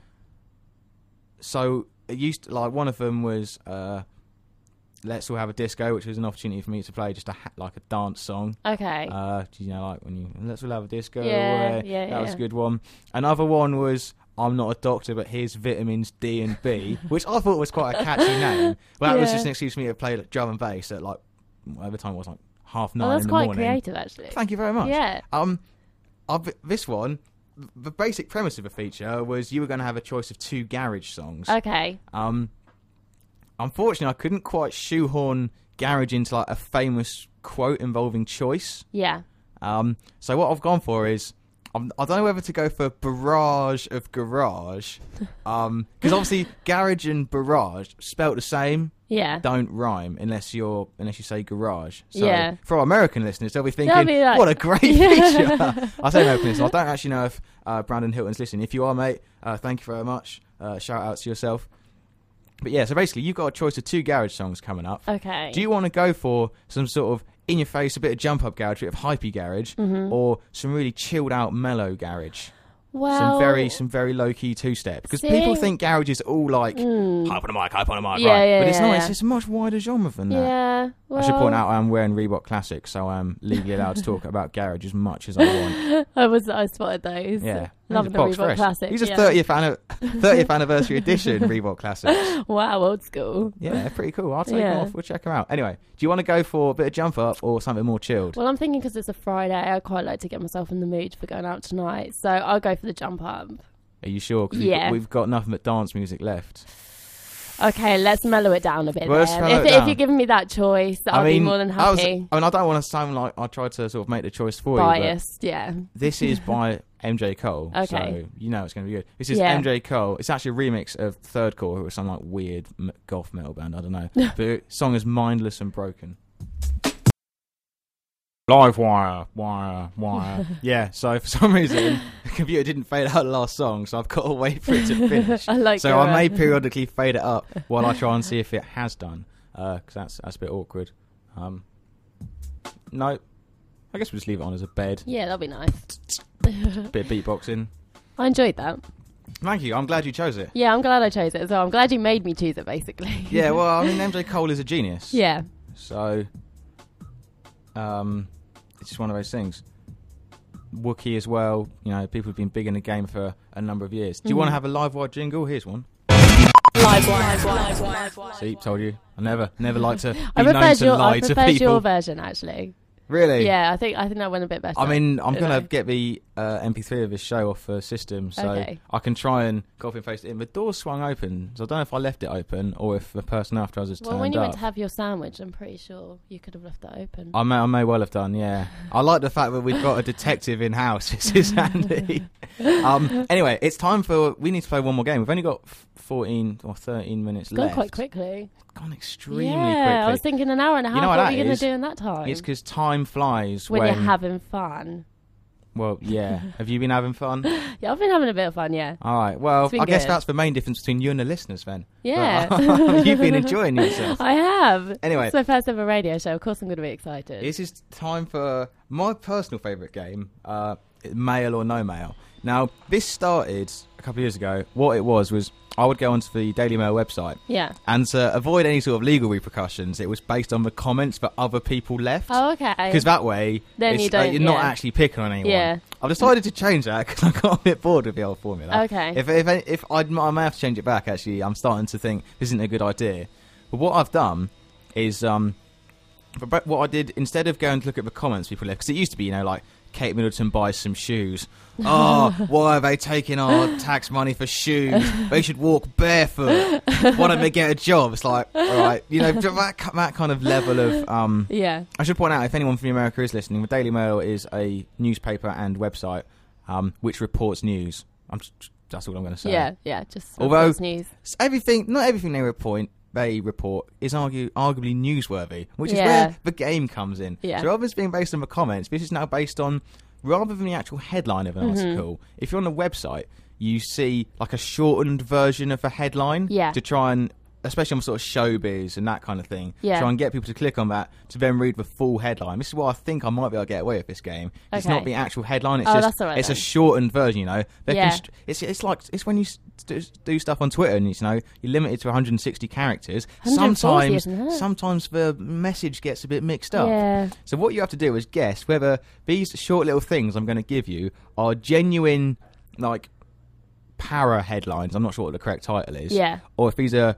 [SPEAKER 1] So it used like one of them was uh, "Let's All Have a Disco," which was an opportunity for me to play just a ha- like a dance song.
[SPEAKER 3] Okay.
[SPEAKER 1] Uh, you know, like when you "Let's All Have a Disco."
[SPEAKER 3] Yeah,
[SPEAKER 1] away.
[SPEAKER 3] yeah,
[SPEAKER 1] That was
[SPEAKER 3] yeah.
[SPEAKER 1] a good one. Another one was. I'm not a doctor, but here's vitamins D and B, which I thought was quite a catchy name. But that was
[SPEAKER 3] Yeah.
[SPEAKER 1] just an excuse for me to play like, drum and bass at like whatever time it was, like half nine
[SPEAKER 3] Well, Oh, that's
[SPEAKER 1] in the
[SPEAKER 3] quite
[SPEAKER 1] morning.
[SPEAKER 3] creative, actually.
[SPEAKER 1] Thank you very much.
[SPEAKER 3] Yeah.
[SPEAKER 1] Um, I've, this one, the basic premise of the feature was you were going to have a choice of two garage songs.
[SPEAKER 3] Okay.
[SPEAKER 1] Um, unfortunately, I couldn't quite shoehorn garage into like a famous quote involving choice.
[SPEAKER 3] Yeah.
[SPEAKER 1] Um, so what I've gone for is. I'm, I don't know whether to go for barrage of garage, because obviously garage and barrage spelt the same,
[SPEAKER 3] Yeah.
[SPEAKER 1] don't rhyme unless you're unless you say garage. So
[SPEAKER 3] Yeah.
[SPEAKER 1] for our American listeners, they'll be thinking,
[SPEAKER 3] They'll be like-
[SPEAKER 1] "What a great
[SPEAKER 3] Yeah.
[SPEAKER 1] feature!" I say American listeners. I don't actually know if uh, Brandon Hilton's listening. If you are, mate, uh, thank you very much. Uh, shout out to yourself. But yeah, so basically, you've got a choice of two garage songs coming up.
[SPEAKER 3] Okay.
[SPEAKER 1] Do you want to go for some sort of in your face, a bit of jump up garage, a bit of hypey garage,
[SPEAKER 3] Mm-hmm.
[SPEAKER 1] or some really chilled out mellow garage? some
[SPEAKER 3] Well-
[SPEAKER 1] very some very low key two step because people
[SPEAKER 3] Seeing-
[SPEAKER 1] think garage is all like hype on a mic, hype on a mic,
[SPEAKER 3] Mm, Yeah,
[SPEAKER 1] right?
[SPEAKER 3] yeah,
[SPEAKER 1] but it's
[SPEAKER 3] yeah,
[SPEAKER 1] not.
[SPEAKER 3] yeah.
[SPEAKER 1] It's just a much wider genre than that.
[SPEAKER 3] Yeah. Well,
[SPEAKER 1] I should point out I am wearing Reebok Classics, so I'm legally allowed to talk about garage as much as I want.
[SPEAKER 3] I was. I spotted those.
[SPEAKER 1] Yeah,
[SPEAKER 3] Loving
[SPEAKER 1] These
[SPEAKER 3] the
[SPEAKER 1] are box
[SPEAKER 3] Reebok
[SPEAKER 1] fresh.
[SPEAKER 3] Classic.
[SPEAKER 1] These are
[SPEAKER 3] yeah.
[SPEAKER 1] 30th, anni- 30th anniversary edition Reebok Classics.
[SPEAKER 3] Wow, old school.
[SPEAKER 1] Yeah, they're pretty cool. I'll take
[SPEAKER 3] Yeah.
[SPEAKER 1] them off. We'll check them out. Anyway, do you want to go for a bit of jump up or something more chilled?
[SPEAKER 3] Well, I'm thinking because it's a Friday, I quite like to get myself in the mood for going out tonight. So I'll go for the jump up.
[SPEAKER 1] Are you sure? 'Cause
[SPEAKER 3] Yeah.
[SPEAKER 1] We've, we've got nothing but dance music left.
[SPEAKER 3] Okay, let's mellow it down a bit.
[SPEAKER 1] Well, let's
[SPEAKER 3] then.
[SPEAKER 1] mellow
[SPEAKER 3] If,
[SPEAKER 1] it
[SPEAKER 3] if
[SPEAKER 1] down.
[SPEAKER 3] you're giving me that choice, I'll
[SPEAKER 1] I mean,
[SPEAKER 3] be more than
[SPEAKER 1] I, was-
[SPEAKER 3] happy.
[SPEAKER 1] I mean, I don't want to sound like I tried to sort of make the choice for you. but-
[SPEAKER 3] Biased, yeah.
[SPEAKER 1] This is by MJ Cole,
[SPEAKER 3] Okay.
[SPEAKER 1] so you know it's going to be good. This is
[SPEAKER 3] Yeah.
[SPEAKER 1] MJ Cole. It's actually a remix of Third Core, who was some like weird m- golf metal band. I don't know. the song is mindless and broken. Live wire, wire, wire. yeah. So for some reason, the computer didn't fade out the last song, so I've got to wait for it to finish.
[SPEAKER 3] I like
[SPEAKER 1] so
[SPEAKER 3] your,
[SPEAKER 1] I may
[SPEAKER 3] uh,
[SPEAKER 1] periodically fade it up while I try and see if it has done, because that's that's a bit awkward. Um, no, I guess we'll just leave it on as a bed.
[SPEAKER 3] Yeah, that'll be nice.
[SPEAKER 1] Bit of beatboxing.
[SPEAKER 3] I enjoyed that.
[SPEAKER 1] Thank you. I'm glad you chose it.
[SPEAKER 3] Yeah, I'm glad I chose it as well. I'm glad you made me choose it, basically.
[SPEAKER 1] Yeah, well, I mean, MJ Cole is a genius.
[SPEAKER 3] yeah.
[SPEAKER 1] So, um, it's just one of those things. Wookie as well. You know, people have been big in the game for a number of years. Do you want to
[SPEAKER 3] Mm-hmm.
[SPEAKER 1] have a live wire jingle? Here's one.
[SPEAKER 3] Live
[SPEAKER 1] See, told you. I never, never like to be
[SPEAKER 3] I
[SPEAKER 1] known
[SPEAKER 3] preferred
[SPEAKER 1] to
[SPEAKER 3] your
[SPEAKER 1] lie
[SPEAKER 3] I
[SPEAKER 1] to
[SPEAKER 3] preferred
[SPEAKER 1] people.
[SPEAKER 3] your version actually.
[SPEAKER 1] really?
[SPEAKER 3] Yeah, I think I think that went a bit better.
[SPEAKER 1] I mean, I'm
[SPEAKER 3] Don't
[SPEAKER 1] gonna
[SPEAKER 3] know.
[SPEAKER 1] get the uh, MP3 of this show off the system, so
[SPEAKER 3] Okay.
[SPEAKER 1] I can try and copy and paste it in. The door swung open, so I don't know if I left it open or if the person after us has
[SPEAKER 3] Well,
[SPEAKER 1] turned
[SPEAKER 3] when you
[SPEAKER 1] up.
[SPEAKER 3] went to have your sandwich, I'm pretty sure you could have left that open.
[SPEAKER 1] I may, I may well have done, yeah. I like the fact that we've got a detective in house. This is handy. um, anyway, it's time for. We need to play one more game. We've only got f- 14 or 13 minutes
[SPEAKER 3] Gone
[SPEAKER 1] left.
[SPEAKER 3] quite quickly.
[SPEAKER 1] Gone extremely
[SPEAKER 3] yeah,
[SPEAKER 1] quickly.
[SPEAKER 3] I was thinking an hour and a
[SPEAKER 1] You
[SPEAKER 3] half.
[SPEAKER 1] know
[SPEAKER 3] what
[SPEAKER 1] what
[SPEAKER 3] are
[SPEAKER 1] that
[SPEAKER 3] we gonna
[SPEAKER 1] is?
[SPEAKER 3] do in that time?
[SPEAKER 1] It's because time flies
[SPEAKER 3] when,
[SPEAKER 1] when.
[SPEAKER 3] you're having fun.
[SPEAKER 1] well, yeah. have you been having fun?
[SPEAKER 3] Yeah, I've been having a bit of fun. Yeah.
[SPEAKER 1] All right. Well,
[SPEAKER 3] It's been
[SPEAKER 1] I guess
[SPEAKER 3] good.
[SPEAKER 1] that's the main difference between you and the listeners, then.
[SPEAKER 3] Yeah.
[SPEAKER 1] But- You've been enjoying yourself.
[SPEAKER 3] I have.
[SPEAKER 1] Anyway.
[SPEAKER 3] it's my first ever radio show. Of course, I'm going to be excited.
[SPEAKER 1] This is time for my personal favourite game, uh, Mail or No Mail. Now, this started a couple of years ago. What it was was I would go onto the Daily Mail website.
[SPEAKER 3] Yeah.
[SPEAKER 1] And to avoid any sort of legal repercussions, it was based on the comments that other people left.
[SPEAKER 3] Oh, okay.
[SPEAKER 1] Because that way,
[SPEAKER 3] Then
[SPEAKER 1] it's,
[SPEAKER 3] you
[SPEAKER 1] like,
[SPEAKER 3] don't-
[SPEAKER 1] you're not
[SPEAKER 3] yeah.
[SPEAKER 1] actually picking on anyone.
[SPEAKER 3] Yeah.
[SPEAKER 1] I've decided to change that because I got a bit bored with the old formula.
[SPEAKER 3] Okay.
[SPEAKER 1] If if, if I'd, I may have to change it back. Actually, I'm starting to think this isn't a good idea. But what I've done is um, but but what I did instead of going to look at the comments people left because it used to be you know like Kate Middleton buys some shoes. Oh, why are they taking our tax money for shoes? They should walk barefoot. Why don't they get a job? It's like all right, you know that ki- that kind of level of um.
[SPEAKER 3] Yeah.
[SPEAKER 1] I should point out if anyone from America is listening, the Daily Mail is a newspaper and website um, which reports news. I'm just, that's all I'm going to say.
[SPEAKER 3] yeah, yeah, just
[SPEAKER 1] Although-
[SPEAKER 3] Fox news.
[SPEAKER 1] S- everything not everything they report they report is argue, arguably newsworthy, which is
[SPEAKER 3] Yeah.
[SPEAKER 1] where the game comes in.
[SPEAKER 3] Yeah.
[SPEAKER 1] So rather than it's being based on the comments, this is now based on rather than the actual headline of an
[SPEAKER 3] Mhm.
[SPEAKER 1] article. If you're on the website, you see like a shortened version of a headline
[SPEAKER 3] Yeah.
[SPEAKER 1] to try and especially on sort of showbiz and that kind of thing.
[SPEAKER 3] Yeah.
[SPEAKER 1] Try and get people to click on that to then read the full headline. This is why I think I might be able to get away with this game. It's
[SPEAKER 3] Okay.
[SPEAKER 1] not the actual headline, it's
[SPEAKER 3] Oh,
[SPEAKER 1] just
[SPEAKER 3] that's all right
[SPEAKER 1] it's a
[SPEAKER 3] then.
[SPEAKER 1] shortened version, you know. They're
[SPEAKER 3] Yeah.
[SPEAKER 1] constr- it's it's like it's when you s- do, do stuff on Twitter and you know you're limited to 160 characters.
[SPEAKER 3] 140,
[SPEAKER 1] Sometimes
[SPEAKER 3] isn't it?
[SPEAKER 1] sometimes the message gets a bit mixed up.
[SPEAKER 3] Yeah.
[SPEAKER 1] So what you have to do is guess whether these short little things I'm going to give you are genuine like para headlines. I'm not sure what the correct title is.
[SPEAKER 3] Yeah.
[SPEAKER 1] Or if these are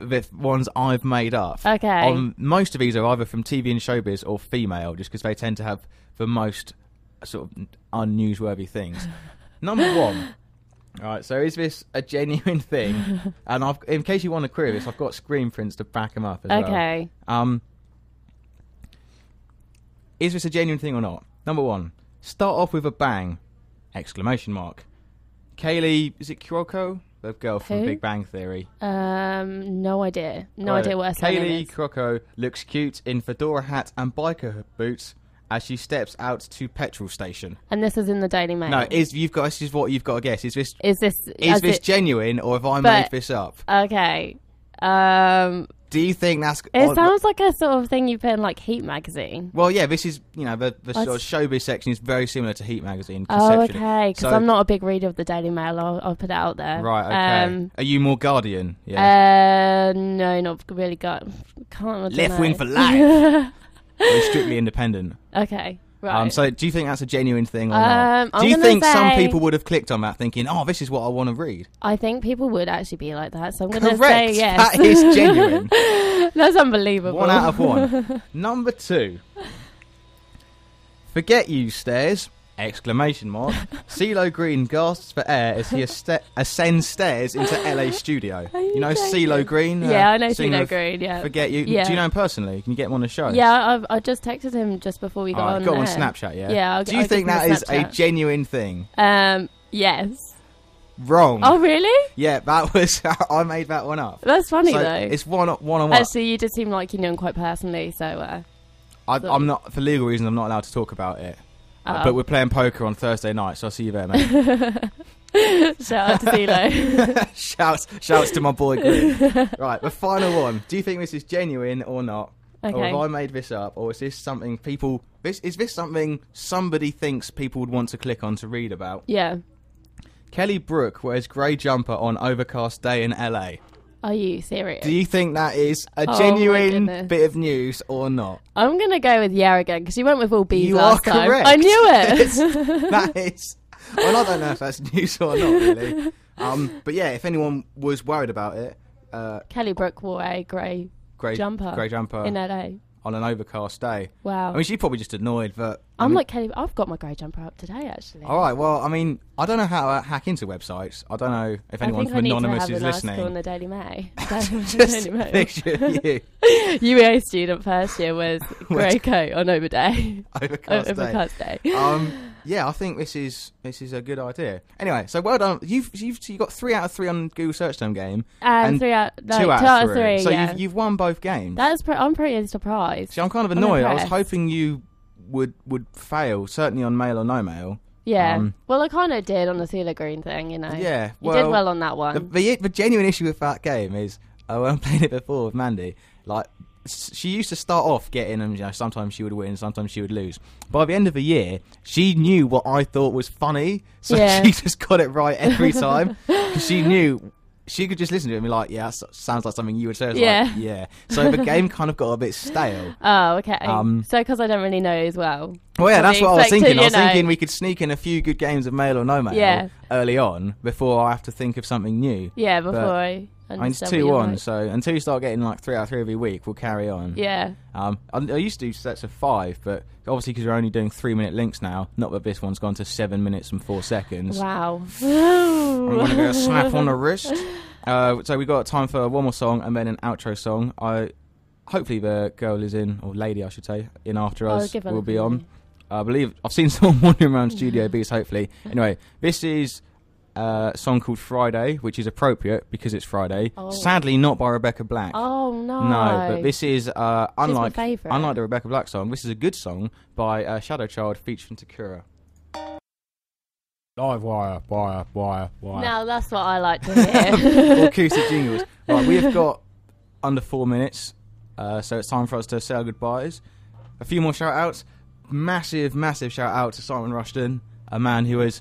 [SPEAKER 1] the ones I've made up.
[SPEAKER 3] Okay.
[SPEAKER 1] Um, most of these are either from TV and showbiz or female, just because they tend to have the most sort of unnewsworthy things. Number one. All right, so is this a genuine thing? And I've, in case you want to query this, I've got screen prints to back them up as well.
[SPEAKER 3] Okay.
[SPEAKER 1] Um, is this a genuine thing or not? Number one, start off with a bang! Exclamation mark. Kaylee, is it Kuroko? The girl from
[SPEAKER 3] Who?
[SPEAKER 1] Big Bang Theory.
[SPEAKER 3] Um, no idea. No
[SPEAKER 1] Right.
[SPEAKER 3] idea what her surname
[SPEAKER 1] Kaylee
[SPEAKER 3] is.
[SPEAKER 1] Kuroko looks cute in fedora hat and biker boots as she steps out to petrol station.
[SPEAKER 3] And this is in the Daily Mail.
[SPEAKER 1] No, is you've got this is what you've got to guess. Is this
[SPEAKER 3] Is this
[SPEAKER 1] is
[SPEAKER 3] as
[SPEAKER 1] this
[SPEAKER 3] it-
[SPEAKER 1] genuine or have I made
[SPEAKER 3] But-
[SPEAKER 1] this up?
[SPEAKER 3] Okay. Um,
[SPEAKER 1] Do you think that's
[SPEAKER 3] it
[SPEAKER 1] oh,
[SPEAKER 3] sounds like a sort of thing you put in like Heat magazine.
[SPEAKER 1] Well, yeah, this is you know the, the sort
[SPEAKER 3] Oh,
[SPEAKER 1] of showbiz section is very similar to Heat magazine.
[SPEAKER 3] Oh,
[SPEAKER 1] conceptually.
[SPEAKER 3] okay. Because
[SPEAKER 1] So-
[SPEAKER 3] I'm not a big reader of the Daily Mail. I'll, I'll put it out there.
[SPEAKER 1] Right. Okay.
[SPEAKER 3] Um,
[SPEAKER 1] Are you more Guardian?
[SPEAKER 3] Uh, no, not really. Got can't. I don't
[SPEAKER 1] Left wing
[SPEAKER 3] know.
[SPEAKER 1] for life. Or strictly independent.
[SPEAKER 3] okay. Right.
[SPEAKER 1] Um, so, do you think that's a genuine thing or
[SPEAKER 3] Um,
[SPEAKER 1] not?
[SPEAKER 3] I'm
[SPEAKER 1] Do you
[SPEAKER 3] gonna
[SPEAKER 1] think some
[SPEAKER 3] say-
[SPEAKER 1] people would have clicked on that thinking, "Oh, this is what I want to read"?
[SPEAKER 3] I think people would actually be like that. So I'm going to say
[SPEAKER 1] Correct.
[SPEAKER 3] yes.
[SPEAKER 1] That is genuine.
[SPEAKER 3] That's unbelievable.
[SPEAKER 1] one out of one. Number two. Forget you stairs! Exclamation mark. CeeLo Green gasps for air as he aste- ascends stairs into LA studio.
[SPEAKER 3] Are you
[SPEAKER 1] know
[SPEAKER 3] joking?
[SPEAKER 1] CeeLo Green. uh,
[SPEAKER 3] Yeah, I know
[SPEAKER 1] singer
[SPEAKER 3] CeeLo
[SPEAKER 1] of
[SPEAKER 3] Green, yeah.
[SPEAKER 1] Forget you.
[SPEAKER 3] Uh, Yeah.
[SPEAKER 1] Do you know him personally? Can you get him on the show?
[SPEAKER 3] Yeah, I've, I just texted him just before we got
[SPEAKER 1] Alright,
[SPEAKER 3] on.
[SPEAKER 1] got
[SPEAKER 3] air.
[SPEAKER 1] on Snapchat, yeah.
[SPEAKER 3] Yeah. I'll,
[SPEAKER 1] Do you
[SPEAKER 3] I'll
[SPEAKER 1] think
[SPEAKER 3] give
[SPEAKER 1] that
[SPEAKER 3] him
[SPEAKER 1] is a
[SPEAKER 3] Snapchat.
[SPEAKER 1] genuine thing?
[SPEAKER 3] Um. Yes.
[SPEAKER 1] Wrong.
[SPEAKER 3] Oh, really?
[SPEAKER 1] Yeah, that was I made that one up.
[SPEAKER 3] That's funny
[SPEAKER 1] So
[SPEAKER 3] though.
[SPEAKER 1] It's one one on one.
[SPEAKER 3] Actually, you did seem like you knew him quite personally. So. Uh,
[SPEAKER 1] I, I'm not for legal reasons. I'm not allowed to talk about it. Uh,
[SPEAKER 3] Oh.
[SPEAKER 1] but we're playing poker on Thursday night, so I'll see you there, mate.
[SPEAKER 3] shout out to CeeLo.
[SPEAKER 1] shouts, shouts to my boy Green. right, the final one. Do you think this is genuine or not? Or
[SPEAKER 3] Okay.
[SPEAKER 1] have I made this up? Or is this something people? This is this something somebody thinks people would want to click on to read about?
[SPEAKER 3] yeah.
[SPEAKER 1] Kelly Brook wears grey jumper on overcast day in LA.
[SPEAKER 3] Are you serious?
[SPEAKER 1] Do you think that is a
[SPEAKER 3] Oh, my
[SPEAKER 1] genuine
[SPEAKER 3] goodness.
[SPEAKER 1] bit of news or not?
[SPEAKER 3] I'm gonna go with yeah again because you went with all B's
[SPEAKER 1] You
[SPEAKER 3] last
[SPEAKER 1] are
[SPEAKER 3] time.
[SPEAKER 1] correct.
[SPEAKER 3] I knew it.
[SPEAKER 1] It's- that is. Well, I don't know if that's news or not, really. Um, but yeah, if anyone was worried about it, uh,
[SPEAKER 3] Kelly Brook wore a grey
[SPEAKER 1] grey
[SPEAKER 3] jumper.
[SPEAKER 1] grey jumper
[SPEAKER 3] in LA.
[SPEAKER 1] on an overcast day.
[SPEAKER 3] Wow.
[SPEAKER 1] I mean, she's probably just annoyed that. I
[SPEAKER 3] I'm
[SPEAKER 1] mean-
[SPEAKER 3] like Kelly. I've got my grey jumper up today actually.
[SPEAKER 1] All right. Well, I mean, I don't know how to hack into websites. I don't know if
[SPEAKER 3] I
[SPEAKER 1] anyone
[SPEAKER 3] think
[SPEAKER 1] from
[SPEAKER 3] I need
[SPEAKER 1] Anonymous
[SPEAKER 3] to have
[SPEAKER 1] is
[SPEAKER 3] an article
[SPEAKER 1] listening.
[SPEAKER 3] on the Daily Mail.
[SPEAKER 1] Just
[SPEAKER 3] Daily Mail.
[SPEAKER 1] picture you
[SPEAKER 3] UEA student first year was grey coat on overday.
[SPEAKER 1] overcast day.
[SPEAKER 3] Overcast day.
[SPEAKER 1] um, yeah, I think this is this is a good idea. Anyway, so well done. You've you've you got three out of three on Google Search Term Game,
[SPEAKER 3] And Uh, three out- no, two out of three,
[SPEAKER 1] So
[SPEAKER 3] yeah.
[SPEAKER 1] you've you've won both games.
[SPEAKER 3] That's pre- I'm pretty surprised.
[SPEAKER 1] See, I'm kind of annoyed. I was
[SPEAKER 3] impressed.
[SPEAKER 1] hoping you would would fail, certainly on mail or no mail.
[SPEAKER 3] Yeah.
[SPEAKER 1] Um,
[SPEAKER 3] well, I kind of did on the Ceiler Green thing, you know.
[SPEAKER 1] Yeah,
[SPEAKER 3] you
[SPEAKER 1] well,
[SPEAKER 3] did well on that one.
[SPEAKER 1] The, the, the genuine issue with that game is, uh, when I played it before with Mandy, like s- she used to start off getting them. You know, sometimes she would win, sometimes she would lose. By the end of the year, she knew what I thought was funny, so
[SPEAKER 11] Yeah.
[SPEAKER 1] she just got it right every time. 'Cause she knew she could just listen to it and be like, "Yeah, that s- sounds like something you would say." I was
[SPEAKER 3] Yeah.
[SPEAKER 1] like, yeah. So the game kind of got a bit stale.
[SPEAKER 3] Oh, okay.
[SPEAKER 1] Um,
[SPEAKER 3] so because I don't really know as well.
[SPEAKER 1] Well, yeah, that's
[SPEAKER 3] Probably
[SPEAKER 1] what I was
[SPEAKER 3] expected,
[SPEAKER 1] thinking. I
[SPEAKER 3] you
[SPEAKER 1] was
[SPEAKER 3] know.
[SPEAKER 1] thinking we could sneak in a few good games of Mail or No Mail
[SPEAKER 3] Yeah.
[SPEAKER 1] early on before I have to think of something new.
[SPEAKER 3] Yeah, before
[SPEAKER 1] But,
[SPEAKER 3] I
[SPEAKER 1] I mean, it's
[SPEAKER 3] understand what
[SPEAKER 1] two
[SPEAKER 3] you're
[SPEAKER 1] on,
[SPEAKER 3] like.
[SPEAKER 1] so until you start getting like three out of three every week, we'll carry on.
[SPEAKER 3] Yeah.
[SPEAKER 1] Um, I, I used to do sets of five, but obviously because we're only doing three minute links now, not that this one's gone to seven minutes and four seconds.
[SPEAKER 3] Wow.
[SPEAKER 1] I'm going to get a snap on the wrist. Uh, so we got time for one more song and then an outro song. I hopefully the girl is in or lady I should say in after
[SPEAKER 3] I'll
[SPEAKER 1] us
[SPEAKER 3] give her
[SPEAKER 1] will
[SPEAKER 3] the
[SPEAKER 1] be on. I believe I've seen someone wandering around Studio Beats. Hopefully, anyway, this is uh, a song called Friday, which is appropriate because it's Friday.
[SPEAKER 3] Oh.
[SPEAKER 1] Sadly, not by Rebecca Black.
[SPEAKER 3] Oh no.
[SPEAKER 1] No, but this is uh,
[SPEAKER 3] my
[SPEAKER 1] unlike
[SPEAKER 3] favourite.
[SPEAKER 1] unlike the Rebecca Black song. This is a good song by uh, Shadow Child featuring Takura. Live wire, wire, wire, wire.
[SPEAKER 3] Now that's what I like to hear.
[SPEAKER 1] Or acoustic jingles. Right, we have got under four minutes, uh, so it's time for us to say our goodbyes. A few more shout outs. Massive, massive shout out to Simon Rushton, a man who is.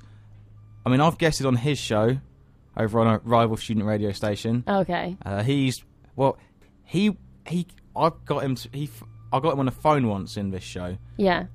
[SPEAKER 1] I mean, I've guested on his show over on a rival student radio station.
[SPEAKER 3] Okay.
[SPEAKER 1] Uh, he's. Well, he. he. I got him. To, he. f- I got him on the phone once in this show.
[SPEAKER 3] Yeah.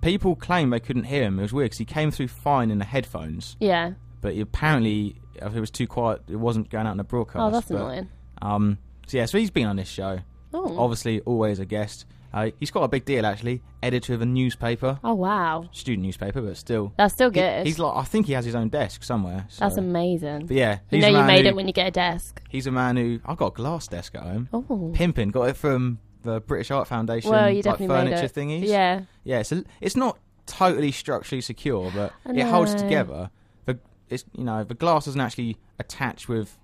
[SPEAKER 1] People claim they couldn't hear him. It was weird because he came through fine in the headphones
[SPEAKER 3] Yeah.
[SPEAKER 1] but apparently if it was too quiet. It wasn't going out in the broadcast.
[SPEAKER 3] Oh, that's
[SPEAKER 1] but,
[SPEAKER 3] annoying.
[SPEAKER 1] Um, so yeah, so he's been on this show.
[SPEAKER 3] Oh.
[SPEAKER 1] Obviously, always a guest. Uh, he's quite a big deal actually. Editor of a newspaper,
[SPEAKER 3] Oh wow.
[SPEAKER 1] student newspaper, but still.
[SPEAKER 3] That's still
[SPEAKER 1] He-
[SPEAKER 3] good.
[SPEAKER 1] he's like, I think he has his own desk somewhere. So.
[SPEAKER 3] That's amazing.
[SPEAKER 1] But yeah,
[SPEAKER 3] You
[SPEAKER 1] he's
[SPEAKER 3] know
[SPEAKER 1] a
[SPEAKER 3] you
[SPEAKER 1] man
[SPEAKER 3] made
[SPEAKER 1] who-
[SPEAKER 3] it when you get a desk.
[SPEAKER 1] He's a man who I've got a glass desk at home.
[SPEAKER 3] Oh.
[SPEAKER 1] Pimping, got it from the British Art Foundation.
[SPEAKER 3] Well, you
[SPEAKER 1] like,
[SPEAKER 3] definitely made
[SPEAKER 1] furniture
[SPEAKER 3] it.
[SPEAKER 1] thingies.
[SPEAKER 3] Yeah.
[SPEAKER 1] yeah. It's a, it's not totally structurally secure, but
[SPEAKER 3] I
[SPEAKER 1] it holds
[SPEAKER 3] know.
[SPEAKER 1] together. The it's you know the glass doesn't actually attach with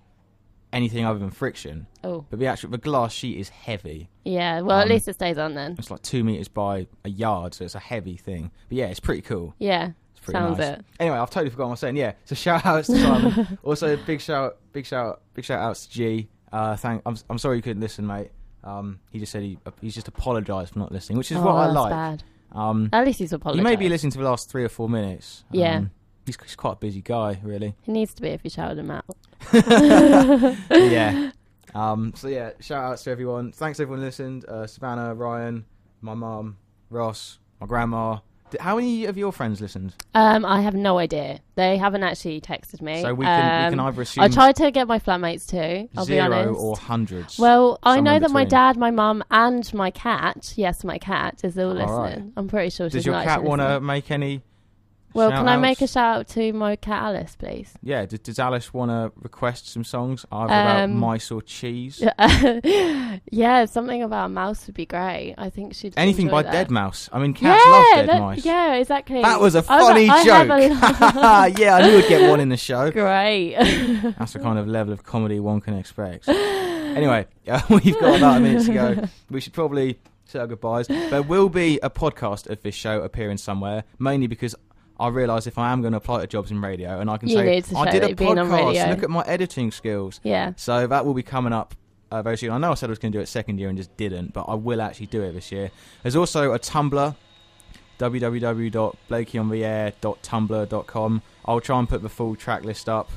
[SPEAKER 1] anything other than friction.
[SPEAKER 3] Oh.
[SPEAKER 1] But the actual the glass sheet is heavy.
[SPEAKER 3] Yeah. Well, at
[SPEAKER 1] Um,
[SPEAKER 3] least it stays on then.
[SPEAKER 1] It's like two meters by a yard, so it's a heavy thing. But yeah, it's pretty cool.
[SPEAKER 3] Yeah.
[SPEAKER 1] It's pretty
[SPEAKER 3] Sounds
[SPEAKER 1] nice.
[SPEAKER 3] it.
[SPEAKER 1] Anyway, I've totally forgotten what I was saying. Yeah, so shout outs to Simon. also, big shout, big shout, big shout outs to G. Uh, thank. I'm, I'm sorry you couldn't listen, mate. Um, he just said he he's just apologised for not listening, which is
[SPEAKER 3] Oh,
[SPEAKER 1] what I
[SPEAKER 3] that's
[SPEAKER 1] like.
[SPEAKER 3] bad.
[SPEAKER 1] Um,
[SPEAKER 3] At least he's
[SPEAKER 1] You may be
[SPEAKER 3] apologised.
[SPEAKER 1] listening to the last three or four minutes.
[SPEAKER 3] Yeah.
[SPEAKER 1] Um, he's, he's quite a busy guy, really.
[SPEAKER 3] It needs to be if you shouted him out.
[SPEAKER 1] yeah. Um, so yeah, shout outs to everyone. Thanks everyone who listened. Uh, Savannah, Ryan, my mum, Ross, my grandma. D- How many of your friends listened?
[SPEAKER 3] Um, I have no idea. They haven't actually texted me.
[SPEAKER 1] So we can- we
[SPEAKER 3] Um,
[SPEAKER 1] can either
[SPEAKER 3] I
[SPEAKER 1] assume
[SPEAKER 3] tried to get my flatmates too. I'll be
[SPEAKER 1] Zero
[SPEAKER 3] honest.
[SPEAKER 1] or hundreds?
[SPEAKER 3] Well, I
[SPEAKER 1] Somewhere
[SPEAKER 3] know
[SPEAKER 1] in
[SPEAKER 3] that my
[SPEAKER 1] between.
[SPEAKER 3] dad, my mum, and my cat. Yes, my cat is all listening.
[SPEAKER 1] All right.
[SPEAKER 3] I'm pretty sure she's
[SPEAKER 1] Does your
[SPEAKER 3] not
[SPEAKER 1] cat
[SPEAKER 3] actually
[SPEAKER 1] want to
[SPEAKER 3] listening.
[SPEAKER 1] make any?
[SPEAKER 3] Well, can I
[SPEAKER 1] shout-outs?
[SPEAKER 3] make a shout out to my cat Alice, please?
[SPEAKER 1] Yeah. Does, does Alice want to request some songs either about
[SPEAKER 3] Um,
[SPEAKER 1] mice or cheese?
[SPEAKER 3] yeah, something about a mouse would be great. I think she'd
[SPEAKER 1] Anything
[SPEAKER 3] enjoy
[SPEAKER 1] by
[SPEAKER 3] that.
[SPEAKER 1] Dead Mouse. I mean, cats
[SPEAKER 3] yeah,
[SPEAKER 1] love Dead
[SPEAKER 3] that-
[SPEAKER 1] Mice.
[SPEAKER 3] Yeah, exactly.
[SPEAKER 1] That was a
[SPEAKER 3] I
[SPEAKER 1] funny
[SPEAKER 3] I have a
[SPEAKER 1] joke. yeah, I knew we'd get one in the show.
[SPEAKER 3] Great.
[SPEAKER 1] That's the kind of level of comedy one can expect. anyway, uh, we've got about a minute to go. We should probably say our goodbyes. There will be a podcast of this show appearing somewhere, mainly because I realise if I am going to apply to jobs in radio, and I can
[SPEAKER 3] You
[SPEAKER 1] say
[SPEAKER 3] need to
[SPEAKER 1] I
[SPEAKER 3] show
[SPEAKER 1] did
[SPEAKER 3] that
[SPEAKER 1] a
[SPEAKER 3] you've been on radio.
[SPEAKER 1] podcast. Look at my editing skills.
[SPEAKER 3] Yeah.
[SPEAKER 1] So that will be coming up. Uh, very soon. I know I said I was going to do it second year and just didn't, but I will actually do it this year. There's also a Tumblr www.blakeyontheair.tumblr.com. I'll try and put the full track list up.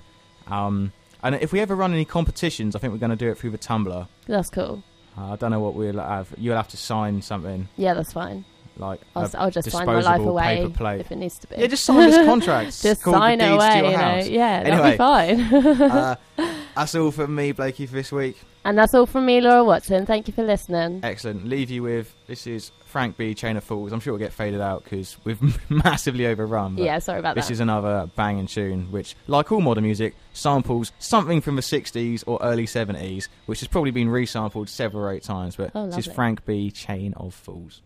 [SPEAKER 1] Um, and if we ever run any competitions, I think we're going to do it through the Tumblr.
[SPEAKER 3] That's cool.
[SPEAKER 1] Uh, I don't know what we'll have. You'll have to sign something
[SPEAKER 3] Yeah, that's fine.
[SPEAKER 1] like
[SPEAKER 3] I'll,
[SPEAKER 1] a
[SPEAKER 3] s- I'll just sign my life
[SPEAKER 1] disposable
[SPEAKER 3] away
[SPEAKER 1] paper plate.
[SPEAKER 3] if it needs to be.
[SPEAKER 1] Yeah, just sign this contract. It's
[SPEAKER 3] just
[SPEAKER 1] called The
[SPEAKER 3] sign it
[SPEAKER 1] Deeds to
[SPEAKER 3] away.
[SPEAKER 1] Your
[SPEAKER 3] you know.
[SPEAKER 1] House.
[SPEAKER 3] Yeah,
[SPEAKER 1] Anyway.
[SPEAKER 3] that'll be fine.
[SPEAKER 1] uh, that's all from me, Blakey, for this week.
[SPEAKER 3] and that's all from me, Laura Watson. Thank you for listening.
[SPEAKER 1] Excellent. Leave you with this is Frank B. Chain of Fools. I'm sure it'll get faded out because we've massively overrun. but
[SPEAKER 3] Yeah, sorry about
[SPEAKER 1] this
[SPEAKER 3] that.
[SPEAKER 1] is another banging tune, which, like all modern music, samples something from the 60s or early 70s, which has probably been resampled several or eight times. But
[SPEAKER 3] Oh,
[SPEAKER 1] this is
[SPEAKER 3] lovely.
[SPEAKER 1] Frank B. Chain of Fools.